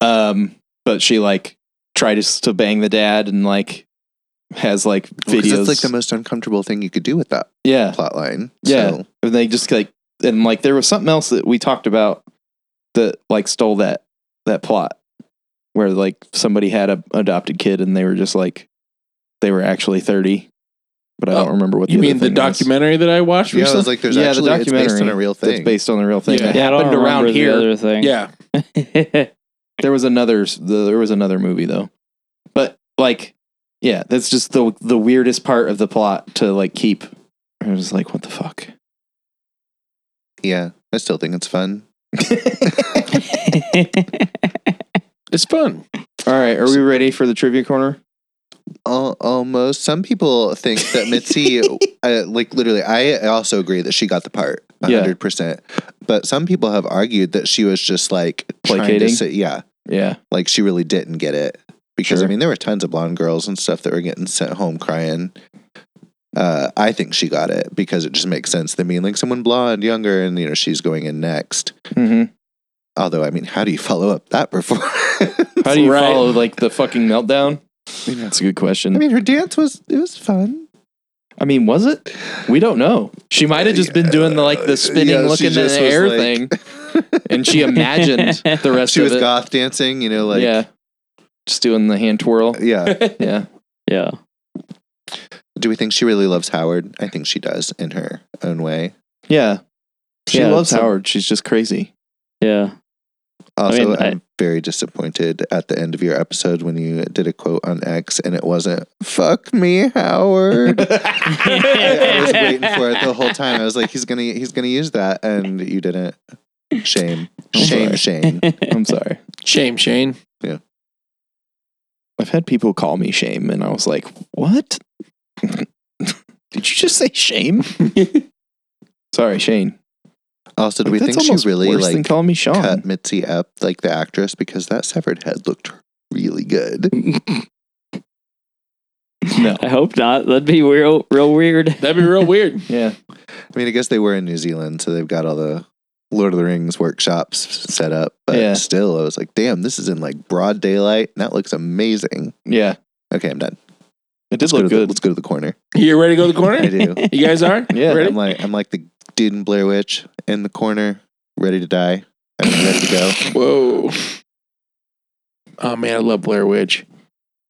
S1: Um, but she like tries to bang the dad and like has like
S5: Because
S1: videos.
S5: it's like the most uncomfortable thing you could do with that
S1: yeah,
S5: plot line.
S1: Yeah.
S5: So,
S1: and they just like and like there was something else that we talked about that like stole that that plot where like somebody had a adopted kid and they were just like they were actually 30 but i don't
S3: Oh,
S1: remember what
S3: You
S1: the
S3: mean the
S1: documentary
S3: documentary that I watched
S5: yeah, it
S3: recently?
S5: was like there's actually it's based on a real
S1: that's
S5: thing.
S1: based on a real thing
S3: Yeah.
S1: that
S2: Yeah, I don't
S1: happened
S2: remember
S1: around
S2: the
S1: here
S2: other thing.
S3: yeah.
S1: there was another the, there was another movie though but like yeah that's just the the weirdest part of the plot to like keep i was like what the fuck
S5: yeah, I still think it's fun.
S3: It's fun.
S1: all right are we ready for the trivia corner
S5: Al- almost. Some people think that Mitzi, uh, like literally, I also agree that she got the part
S1: Yeah.
S5: 100%. But some people have argued that she was just like trying to
S1: Placating?
S5: say- yeah,
S1: yeah
S5: like she really didn't get it. Because I
S1: Sure.
S5: mean, there were tons of blonde girls and stuff that were getting sent home crying. Uh, I think she got it because it just makes sense. They mean like someone blonde, younger, and you know she's going in next.
S1: mm-hmm.
S5: Although, I mean, how do you follow up that performance?
S1: How do you
S3: Right.
S1: follow like the fucking meltdown? That's a good question.
S5: (laughs) I mean, her dance was it was fun.
S1: was it? We don't know. She might have just been doing the like the spinning,
S5: Yeah, she
S1: looking in
S5: just
S1: the
S5: was
S1: air
S5: like-
S1: thing, (laughs) and she imagined the rest
S5: she
S1: of
S5: was
S1: it.
S5: goth dancing, you know, like
S1: yeah, just doing the hand twirl.
S5: yeah.
S1: Yeah,
S2: (laughs) yeah.
S5: Do we think she really loves Howard? I think she does in her own way.
S1: yeah. She
S2: Yeah,
S1: loves
S2: so-
S1: Howard. She's just crazy.
S2: Yeah.
S5: Also, I
S2: mean, I-
S5: am very disappointed at the end of your episode when you did a quote on X and it wasn't "fuck me, Howard." I, I was waiting for it the whole time. I was like, he's gonna he's gonna use that, and you didn't. Shame, shame, shame.
S1: I'm sorry.
S3: Shame, Shane.
S1: I've had people call me shame, and I was like, "What? (laughs) Did you just say (laughs) shame?" sorry, Shane.
S5: Also, do we
S1: That's
S5: think she
S1: almost
S5: really
S1: worse than
S5: like
S1: calling me Sean?
S5: cut Mitzi up like the actress because that severed head looked really good?
S1: No.
S2: I hope not. That'd be real, real weird. (laughs)
S3: That'd be real weird.
S1: Yeah.
S5: I mean, I guess they were in New Zealand, so they've got all the Lord of the Rings workshops set up. But
S1: Yeah.
S5: still, I was like, damn, this is in like broad daylight. And that looks amazing.
S1: Yeah.
S5: Okay, I'm done.
S1: It did
S5: Let's, go
S1: look
S5: to the,
S1: good.
S5: let's go to the corner.
S3: You ready to go to the
S5: I
S3: corner?
S1: (laughs)
S5: do.
S3: You guys (laughs) are?
S1: Yeah.
S3: Ready?
S5: I'm like I'm like the dude in Blair Witch in the corner, ready to die. I'm ready to
S1: (laughs)
S5: go.
S3: Whoa. Oh man, I love Blair Witch.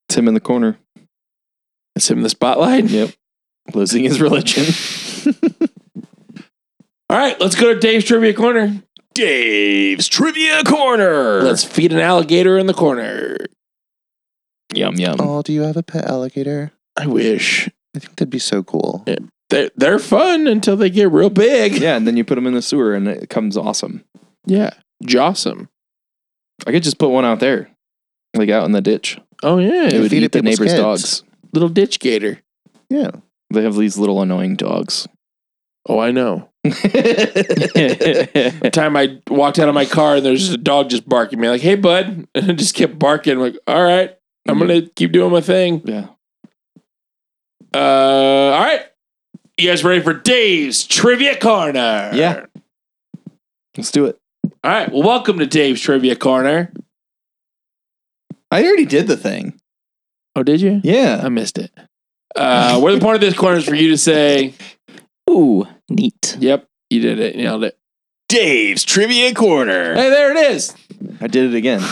S1: It's him in the corner.
S3: It's him in the spotlight.
S1: Yep. Losing his religion.
S3: (laughs) All right, let's go to Dave's Trivia Corner.
S1: Dave's Trivia Corner.
S3: Let's feed an alligator in the corner.
S1: yum yum.
S5: Oh, do you have a pet alligator?
S3: I wish.
S5: I think that'd be so cool.
S3: They're, they're fun until they get real big.
S1: Yeah, and then you put them in the sewer and it comes awesome.
S3: Yeah. Jossum.
S1: I could just put one out there. Like out in the ditch.
S3: Oh, yeah.
S1: It would
S5: feed
S1: eat
S5: it
S1: the
S5: people's
S1: neighbor's
S5: kids.
S1: dogs.
S3: Little ditch gator.
S5: Yeah.
S1: They have these little annoying dogs. (laughs)
S3: Oh, I know.
S2: yeah.
S3: The time I walked out of my car and there's just a dog just barking me, like, hey, bud. (laughs) And it just kept barking. I'm like, all right, I'm going to keep doing my thing.
S1: yeah.
S3: Uh, all right. You guys ready for Dave's Trivia Corner?
S1: Yeah. Let's do it.
S3: All right. Well, welcome to Dave's Trivia Corner.
S1: I already did the thing.
S3: Oh, did you?
S1: Yeah.
S3: missed it. Uh, where the point of this corner is for you to say,
S2: Ooh, neat.
S3: "Yep, you did it, nailed it."
S1: Dave's Trivia Corner.
S3: Hey, there it is.
S1: I did it again.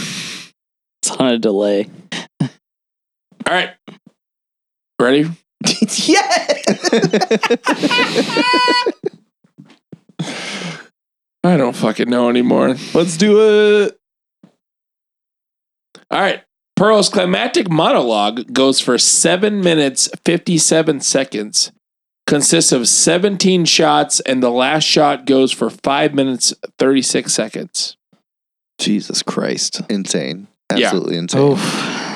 S2: It's on a delay.
S3: All right, (laughs) ready? I don't fucking know anymore.
S1: Let's do it.
S3: All right. Pearl's climactic monologue goes for seven minutes, 57 seconds, consists of 17 shots, and the last shot goes for five minutes, 36 seconds.
S1: Jesus Christ.
S5: insane.
S3: Yeah.
S5: Absolutely insane.
S2: Oh,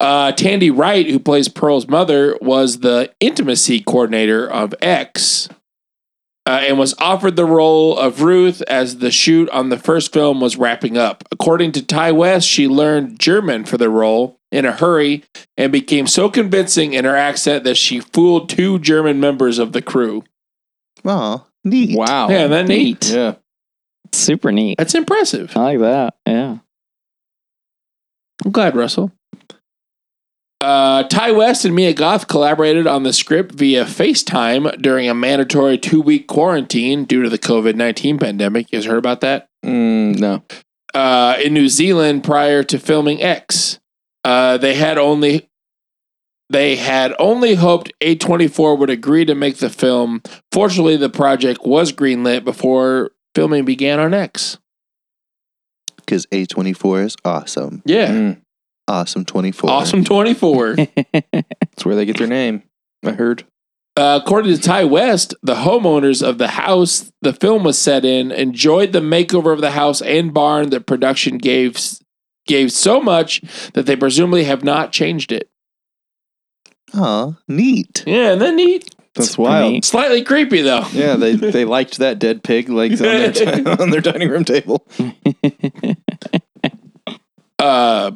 S3: Uh, Tandy Wright, who plays Pearl's mother, was the intimacy coordinator of X uh, and was offered the role of Ruth as the shoot on the first film was wrapping up. According to Ty West, she learned German for the role in a hurry and became so convincing in her accent that she fooled two German members of the crew.
S5: Aw, neat.
S1: Wow.
S3: yeah, that neat.
S1: Yeah.
S2: Super neat.
S3: That's impressive.
S2: I like that. Yeah. (laughs)
S3: I'm glad, Russell. Uh, Ty West and Mia Goth collaborated on the script via FaceTime during a mandatory two week quarantine due to the COVID 19 pandemic. You guys heard about that?
S1: Mm, no.
S3: Uh, in New Zealand prior to filming X. Uh, they had only. They had only hoped A24 would agree to make the film. Fortunately, the project was greenlit before filming began on X.
S5: Because A24 is awesome.
S3: Yeah.
S1: Mm.
S5: Awesome 24.
S3: Awesome 24.
S1: That's where they get their name. I heard.
S3: Uh, according to Ty West, the homeowners of the house the film was set in enjoyed the makeover of the house and barn that production gave gave so much that they presumably have not changed it.
S5: Aw, neat.
S3: Yeah, and then neat.
S1: That's
S2: It's
S1: wild.
S2: neat.
S3: Slightly creepy though.
S1: Yeah, they, they liked that dead pig legs on their, di- (laughs) on their dining room table.
S3: Uh,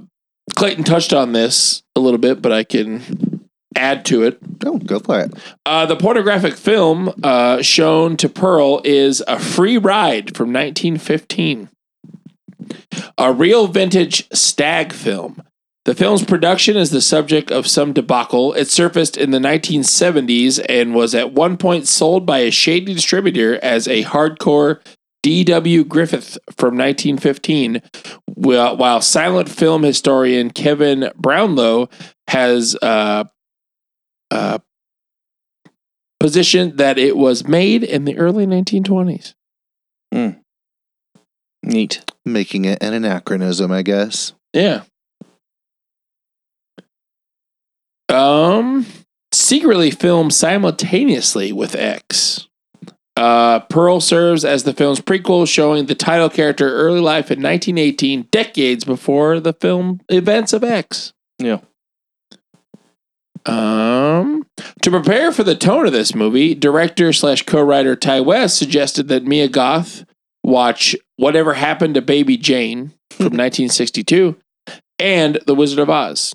S3: Clayton touched on this a little bit, but I can add to it.
S5: Oh, go for it.
S3: Uh, the pornographic film uh, shown to Pearl is A Free Ride from 1915, a real vintage stag film. The film's production is the subject of some debacle. It surfaced in the 1970s and was at one point sold by a shady distributor as a hardcore D.W. Griffith from 1915, while while silent film historian Kevin Brownlow has uh, uh, position that it was made in the early 1920s.
S1: Neat.
S5: Making it an anachronism, I guess.
S3: Yeah. Um, secretly filmed simultaneously with X. Uh, Pearl serves as the film's prequel, showing the title character early life in 1918, decades before the film events of X.
S1: Yeah.
S3: Um, to prepare for the tone of this movie, director slash co-writer Ty West suggested that Mia Goth watch Whatever Happened to Baby Jane from 1962 and The Wizard of Oz.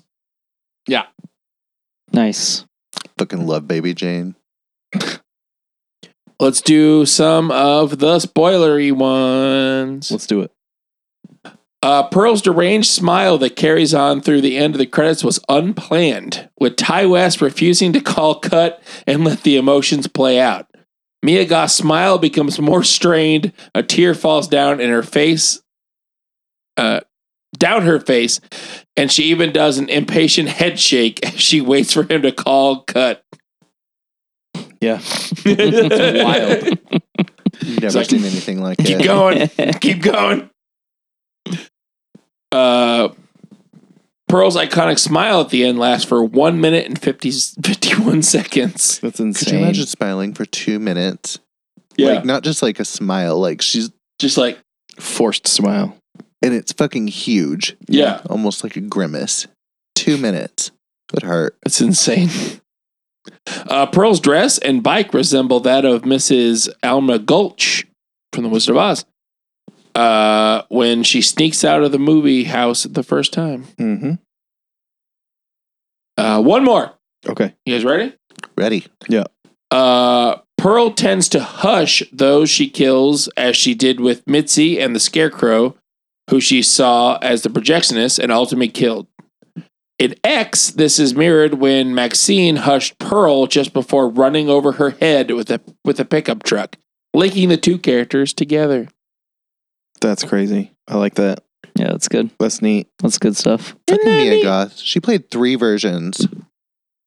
S2: nice.
S5: Fucking love Baby Jane.
S3: Let's do some of the spoilery ones.
S1: Let's do it.
S3: Uh, Pearl's deranged smile that carries on through the end of the credits was unplanned, with Ty West refusing to call cut and let the emotions play out. Mia Goth's smile becomes more strained, a tear falls down in her face, uh, down her face, and she even does an impatient head shake as she waits for him to call cut.
S1: Yeah.
S3: It's wild.
S5: Never
S3: like-
S5: (laughs) seen anything like
S3: Keep
S5: it.
S3: going. Keep going. Uh, Pearl's iconic smile at the end lasts for one minute and 50, 51 seconds.
S1: That's
S5: Could
S1: insane.
S5: you imagine smiling for two minutes? Like, not just like a smile, like she's,
S3: Just like,
S1: Forced smile.
S5: and it's fucking huge.
S3: yeah,
S5: Almost like a grimace. Two minutes would hurt.
S3: it's insane. Uh, Pearl's dress and bike resemble that of Mrs. Alma Gulch from The Wizard of Oz uh, when she sneaks out of the movie house the first time.
S1: Mm-hmm.
S3: Uh, one more.
S1: Okay.
S3: You guys ready?
S5: Ready.
S3: Uh, Pearl tends to hush those she kills, as she did with Mitzi and the Scarecrow, who she saw as the projectionist and ultimately killed. In X, this is mirrored when Maxine hushed Pearl just before running over her head with a with a pickup truck, linking the two characters together.
S1: That's crazy. I like that.
S2: Yeah, that's good.
S1: That's neat.
S2: That's good stuff.
S5: Fucking Mia Goth. She played three versions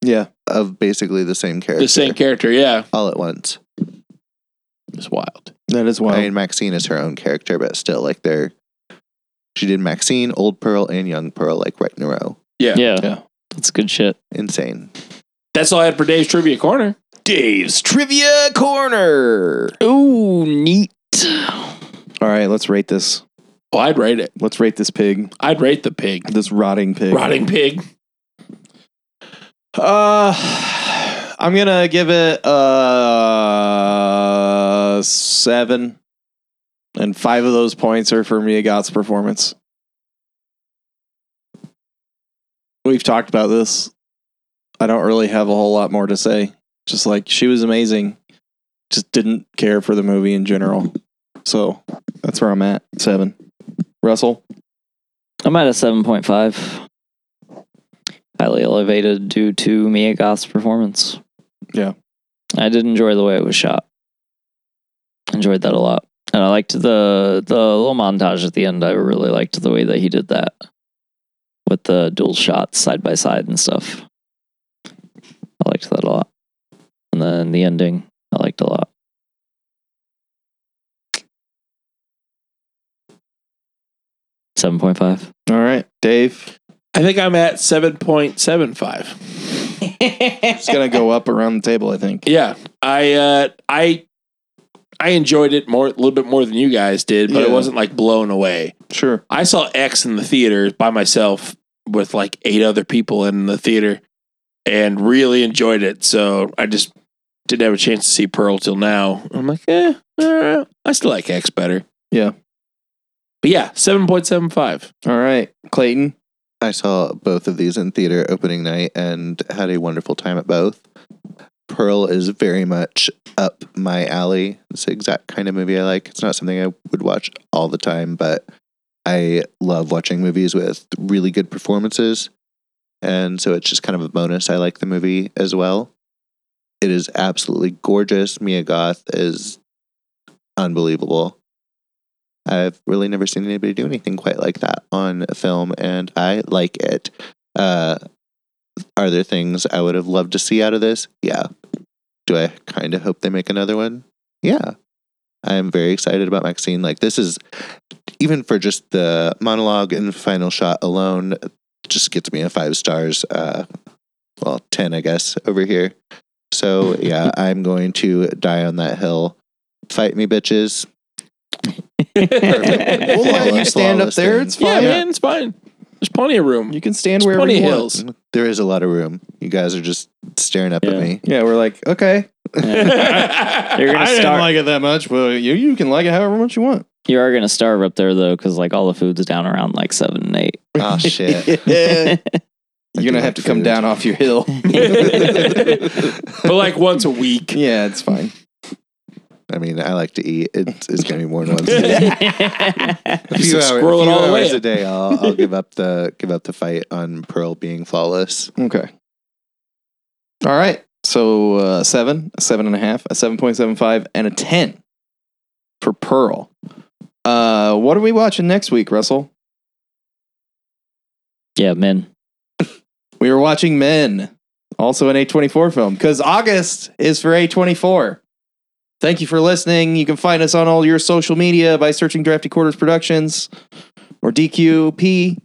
S1: Yeah.
S5: of basically the same character
S3: The same character, yeah.
S5: all at once.
S3: It's wild.
S1: That is wild.
S5: I mean, Maxine is her own character, but still, like, they're. She did Maxine, Old Pearl, and Young Pearl, like, right in a row.
S3: Yeah.
S2: Yeah.
S1: Yeah.
S2: That's good shit.
S5: Insane.
S3: That's all I had for Dave's Trivia Corner.
S1: Dave's Trivia Corner.
S2: Ooh, neat.
S1: All right, let's rate this.
S3: Oh, I'd rate it.
S1: Let's rate this pig.
S3: I'd rate the pig.
S1: This rotting pig.
S3: Rotting pig.
S1: Uh, I'm gonna give it uh seven, and five of those points are for Mia Goth's performance. We've talked about this. I don't really have a whole lot more to say. Just like she was amazing, just didn't care for the movie in general. So that's where I'm at. Seven. Russell.
S2: I'm at a 7.5. Highly elevated due to Mia Goth's performance.
S1: Yeah.
S2: I did enjoy the way it was shot. Enjoyed that a lot. And I liked the the little montage at the end. I really liked the way that he did that with the dual shots side by side and stuff. I liked that a lot. And then the ending, I liked a lot. Seven point five.
S1: All right, Dave.
S3: I think I'm at 7.75.
S1: It's gonna go up around the table. I
S3: (laughs)
S1: think.
S3: Yeah, I uh, I I enjoyed it more a little bit more than you guys did, but it
S1: Yeah.
S3: wasn't like blown away.
S1: Sure.
S3: I saw X in the theater by myself with like eight other people in the theater, and really enjoyed it. So I just didn't have a chance to see Pearl till now. I'm like, eh, all right. I still like X better.
S1: Yeah.
S3: but yeah, seven point seven five. (laughs)
S1: All right, Clayton.
S5: I saw both of these in theater opening night and had a wonderful time at both. Pearl is very much up my alley. It's the exact kind of movie I like. It's not something I would watch all the time, but I love watching movies with really good performances. And so it's just kind of a bonus. I like the movie as well. It is absolutely gorgeous. Mia Goth is unbelievable. I've really never seen anybody do anything quite like that on a film, and I like it. Uh, are there things I would have loved to see out of this? Yeah. Do I kind of hope they make another one? Yeah. I am very excited about Maxine. Like, this is even for just the monologue and final shot alone, it just gets me a five stars. Uh, well, 10, I guess, over here. So, yeah, I'm going to die on that hill. Fight me, bitches.
S1: (laughs) We'll (laughs) let you
S5: Flawless,
S1: stand up
S5: flawless
S1: there.
S5: thing.
S1: It's
S3: Yeah,
S1: fine.
S3: man, it's fine. There's plenty of room. (laughs)
S1: You can stand
S3: There's
S1: wherever
S3: plenty
S1: you
S3: of
S1: want.
S3: hills.
S5: There is a lot of room. You guys are just staring up
S2: Yeah.
S5: at me.
S1: Yeah, we're like, okay.
S2: (laughs) You're gonna start.
S1: like it that much. Well, you you can like it however much you (laughs) want.
S2: you are gonna starve up there though, because like all the food's down around like seven and (laughs) eight.
S3: (laughs)
S5: Oh shit.
S1: You're
S5: I do
S1: gonna
S5: like
S1: have to come
S5: food.
S1: down off your hill.
S3: (laughs) but like once a week.
S1: (laughs) yeah, it's fine.
S5: I mean, I like to eat. It's, it's gonna be
S3: (laughs)
S5: more than once. A day. A
S3: Just
S5: few hours,
S3: squirrel it
S5: few
S3: all the way
S5: hours
S3: up.
S5: a day. I'll, I'll give up the give up the fight on Pearl being flawless.
S1: Okay. All right. So uh, seven, a seven and a half, a seven point seven five, and a ten for Pearl. Uh, what are we watching next week, Russell?
S2: yeah, men.
S1: We were watching Men, also an A24 film, because August is for A24. Thank you for listening. You can find us on all your social media by searching Drafty Quarters Productions or DQP.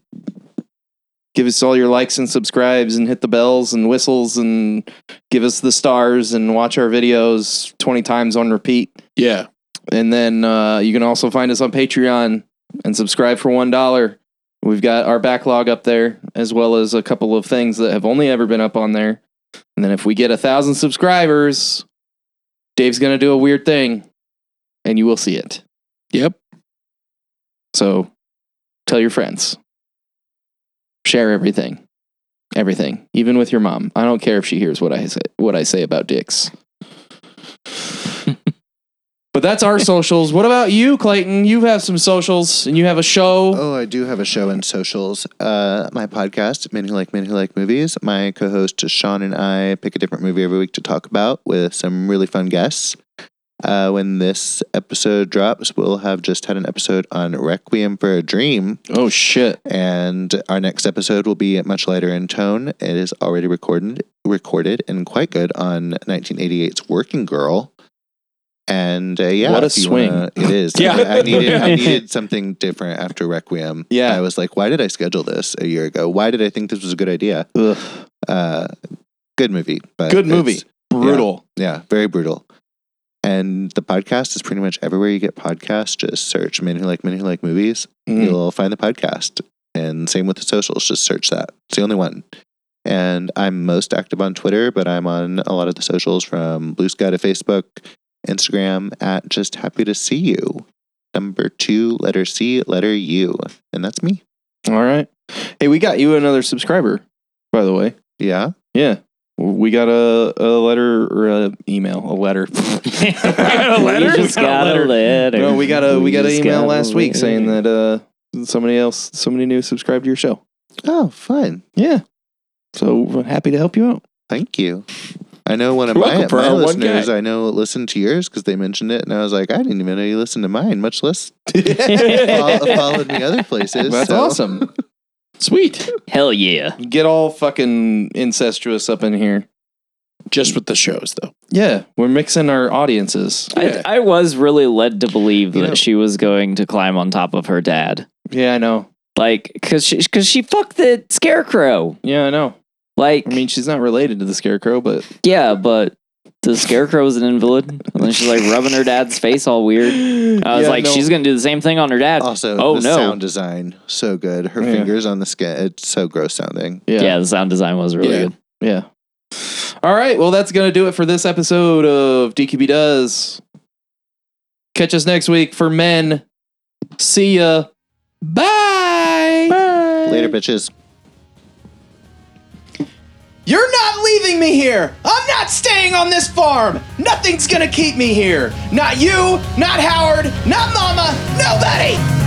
S1: Give us all your likes and subscribes and hit the bells and whistles and give us the stars and watch our videos 20 times on repeat.
S3: Yeah.
S1: And then uh, you can also find us on Patreon and subscribe for one dollar. We've got our backlog up there, as well as a couple of things that have only ever been up on there. And then if we get a thousand subscribers, Dave's gonna do a weird thing, and you will see it.
S3: Yep.
S1: So tell your friends, share everything, everything, even with your mom.
S6: (laughs)
S1: I don't care if she hears what I say, what I say about dicks. but
S6: But that's our socials. What about you, Clayton? You have some socials and you have a show.
S5: Oh, I do have a show in socials. Uh, my podcast, Men Who Like Men Who Like Movies. My co host Sean and I pick a different movie every week to talk about with some really fun guests. Uh, when this episode drops, we'll have just had an episode on Requiem for a Dream,
S6: Oh shit.
S5: and our next episode will be much lighter in tone. It is already recorded, recorded, and quite good on 1988's Working Girl. And uh, yeah,
S1: What a
S5: if you wanna-
S1: (laughs)
S5: it is.
S3: Yeah.
S5: I, I needed I needed something different after Requiem.
S1: Yeah.
S5: I was like, why did I schedule this a year ago? Why did I think this was a good idea? Uh, good movie, but
S1: Good
S5: it's-
S1: movie.
S5: Brutal. yeah, very brutal. And the podcast is pretty much everywhere you get podcasts. Just search "Men Who Like Men Who Like Movies."
S1: Mm.
S5: You'll find the podcast. And same with the socials. Just search that. It's the only one. And I'm most active on Twitter, but I'm on a lot of the socials from Blue Sky to Facebook, Instagram at Just Happy to See You. Number two, letter C, letter U, and that's me.
S1: All right. Hey, we got you another subscriber, by the way.
S5: Yeah,
S1: Yeah. We got a, a letter or a email, a letter. (laughs)
S3: got a letter?
S2: We just
S1: We got
S2: got
S1: a
S2: (laughs) a letter.
S1: no, we got a we got an
S2: just
S1: email
S2: got a
S1: last week saying
S2: letter.
S1: that uh somebody else somebody new subscribed to your show.
S5: Oh, fun.
S1: Yeah. So we're happy to help you out.
S5: Thank you. I know one of
S3: You're
S5: my,
S3: welcome for
S5: my
S3: our one
S5: listeners I know listened to yours because they mentioned it, and I was like, I didn't even know you listened to mine, much less
S2: (laughs)
S1: uh,
S5: follow, followed me other places.
S1: That's
S5: so-
S1: awesome.
S3: Sweet.
S2: Hell yeah.
S1: Get all fucking incestuous up in here.
S3: Just with the shows, though.
S1: Yeah, we're mixing our audiences.
S3: Yeah.
S2: I, I was really led to believe
S5: You
S2: that
S5: know-
S2: she was going to climb on top of her dad.
S1: Yeah, I know.
S2: Like, cause she, cause she fucked the scarecrow.
S1: Yeah, I know.
S2: Like,
S1: I mean, she's not related to the scarecrow, but
S2: yeah, but the scarecrow was an invalid. And then she's like rubbing her dad's face all weird. I was
S1: Yeah,
S2: like,
S1: no. Uh-huh.
S2: she's gonna do the same thing on her dad.
S5: Also,
S2: oh
S5: the
S2: no,
S5: sound design, so good. Her
S1: Yeah.
S5: fingers on the skin, it's so gross sounding.
S2: yeah.
S1: yeah.
S2: the sound design was really
S3: Yeah.
S2: good.
S1: Yeah. All right. Well, that's going to do it for this episode of DQB Does. Catch us next week for men. See ya. Bye.
S5: Later, bitches.
S4: You're not leaving me here! I'm not staying on this farm! Nothing's gonna keep me here! Not you, not Howard, not Mama, nobody!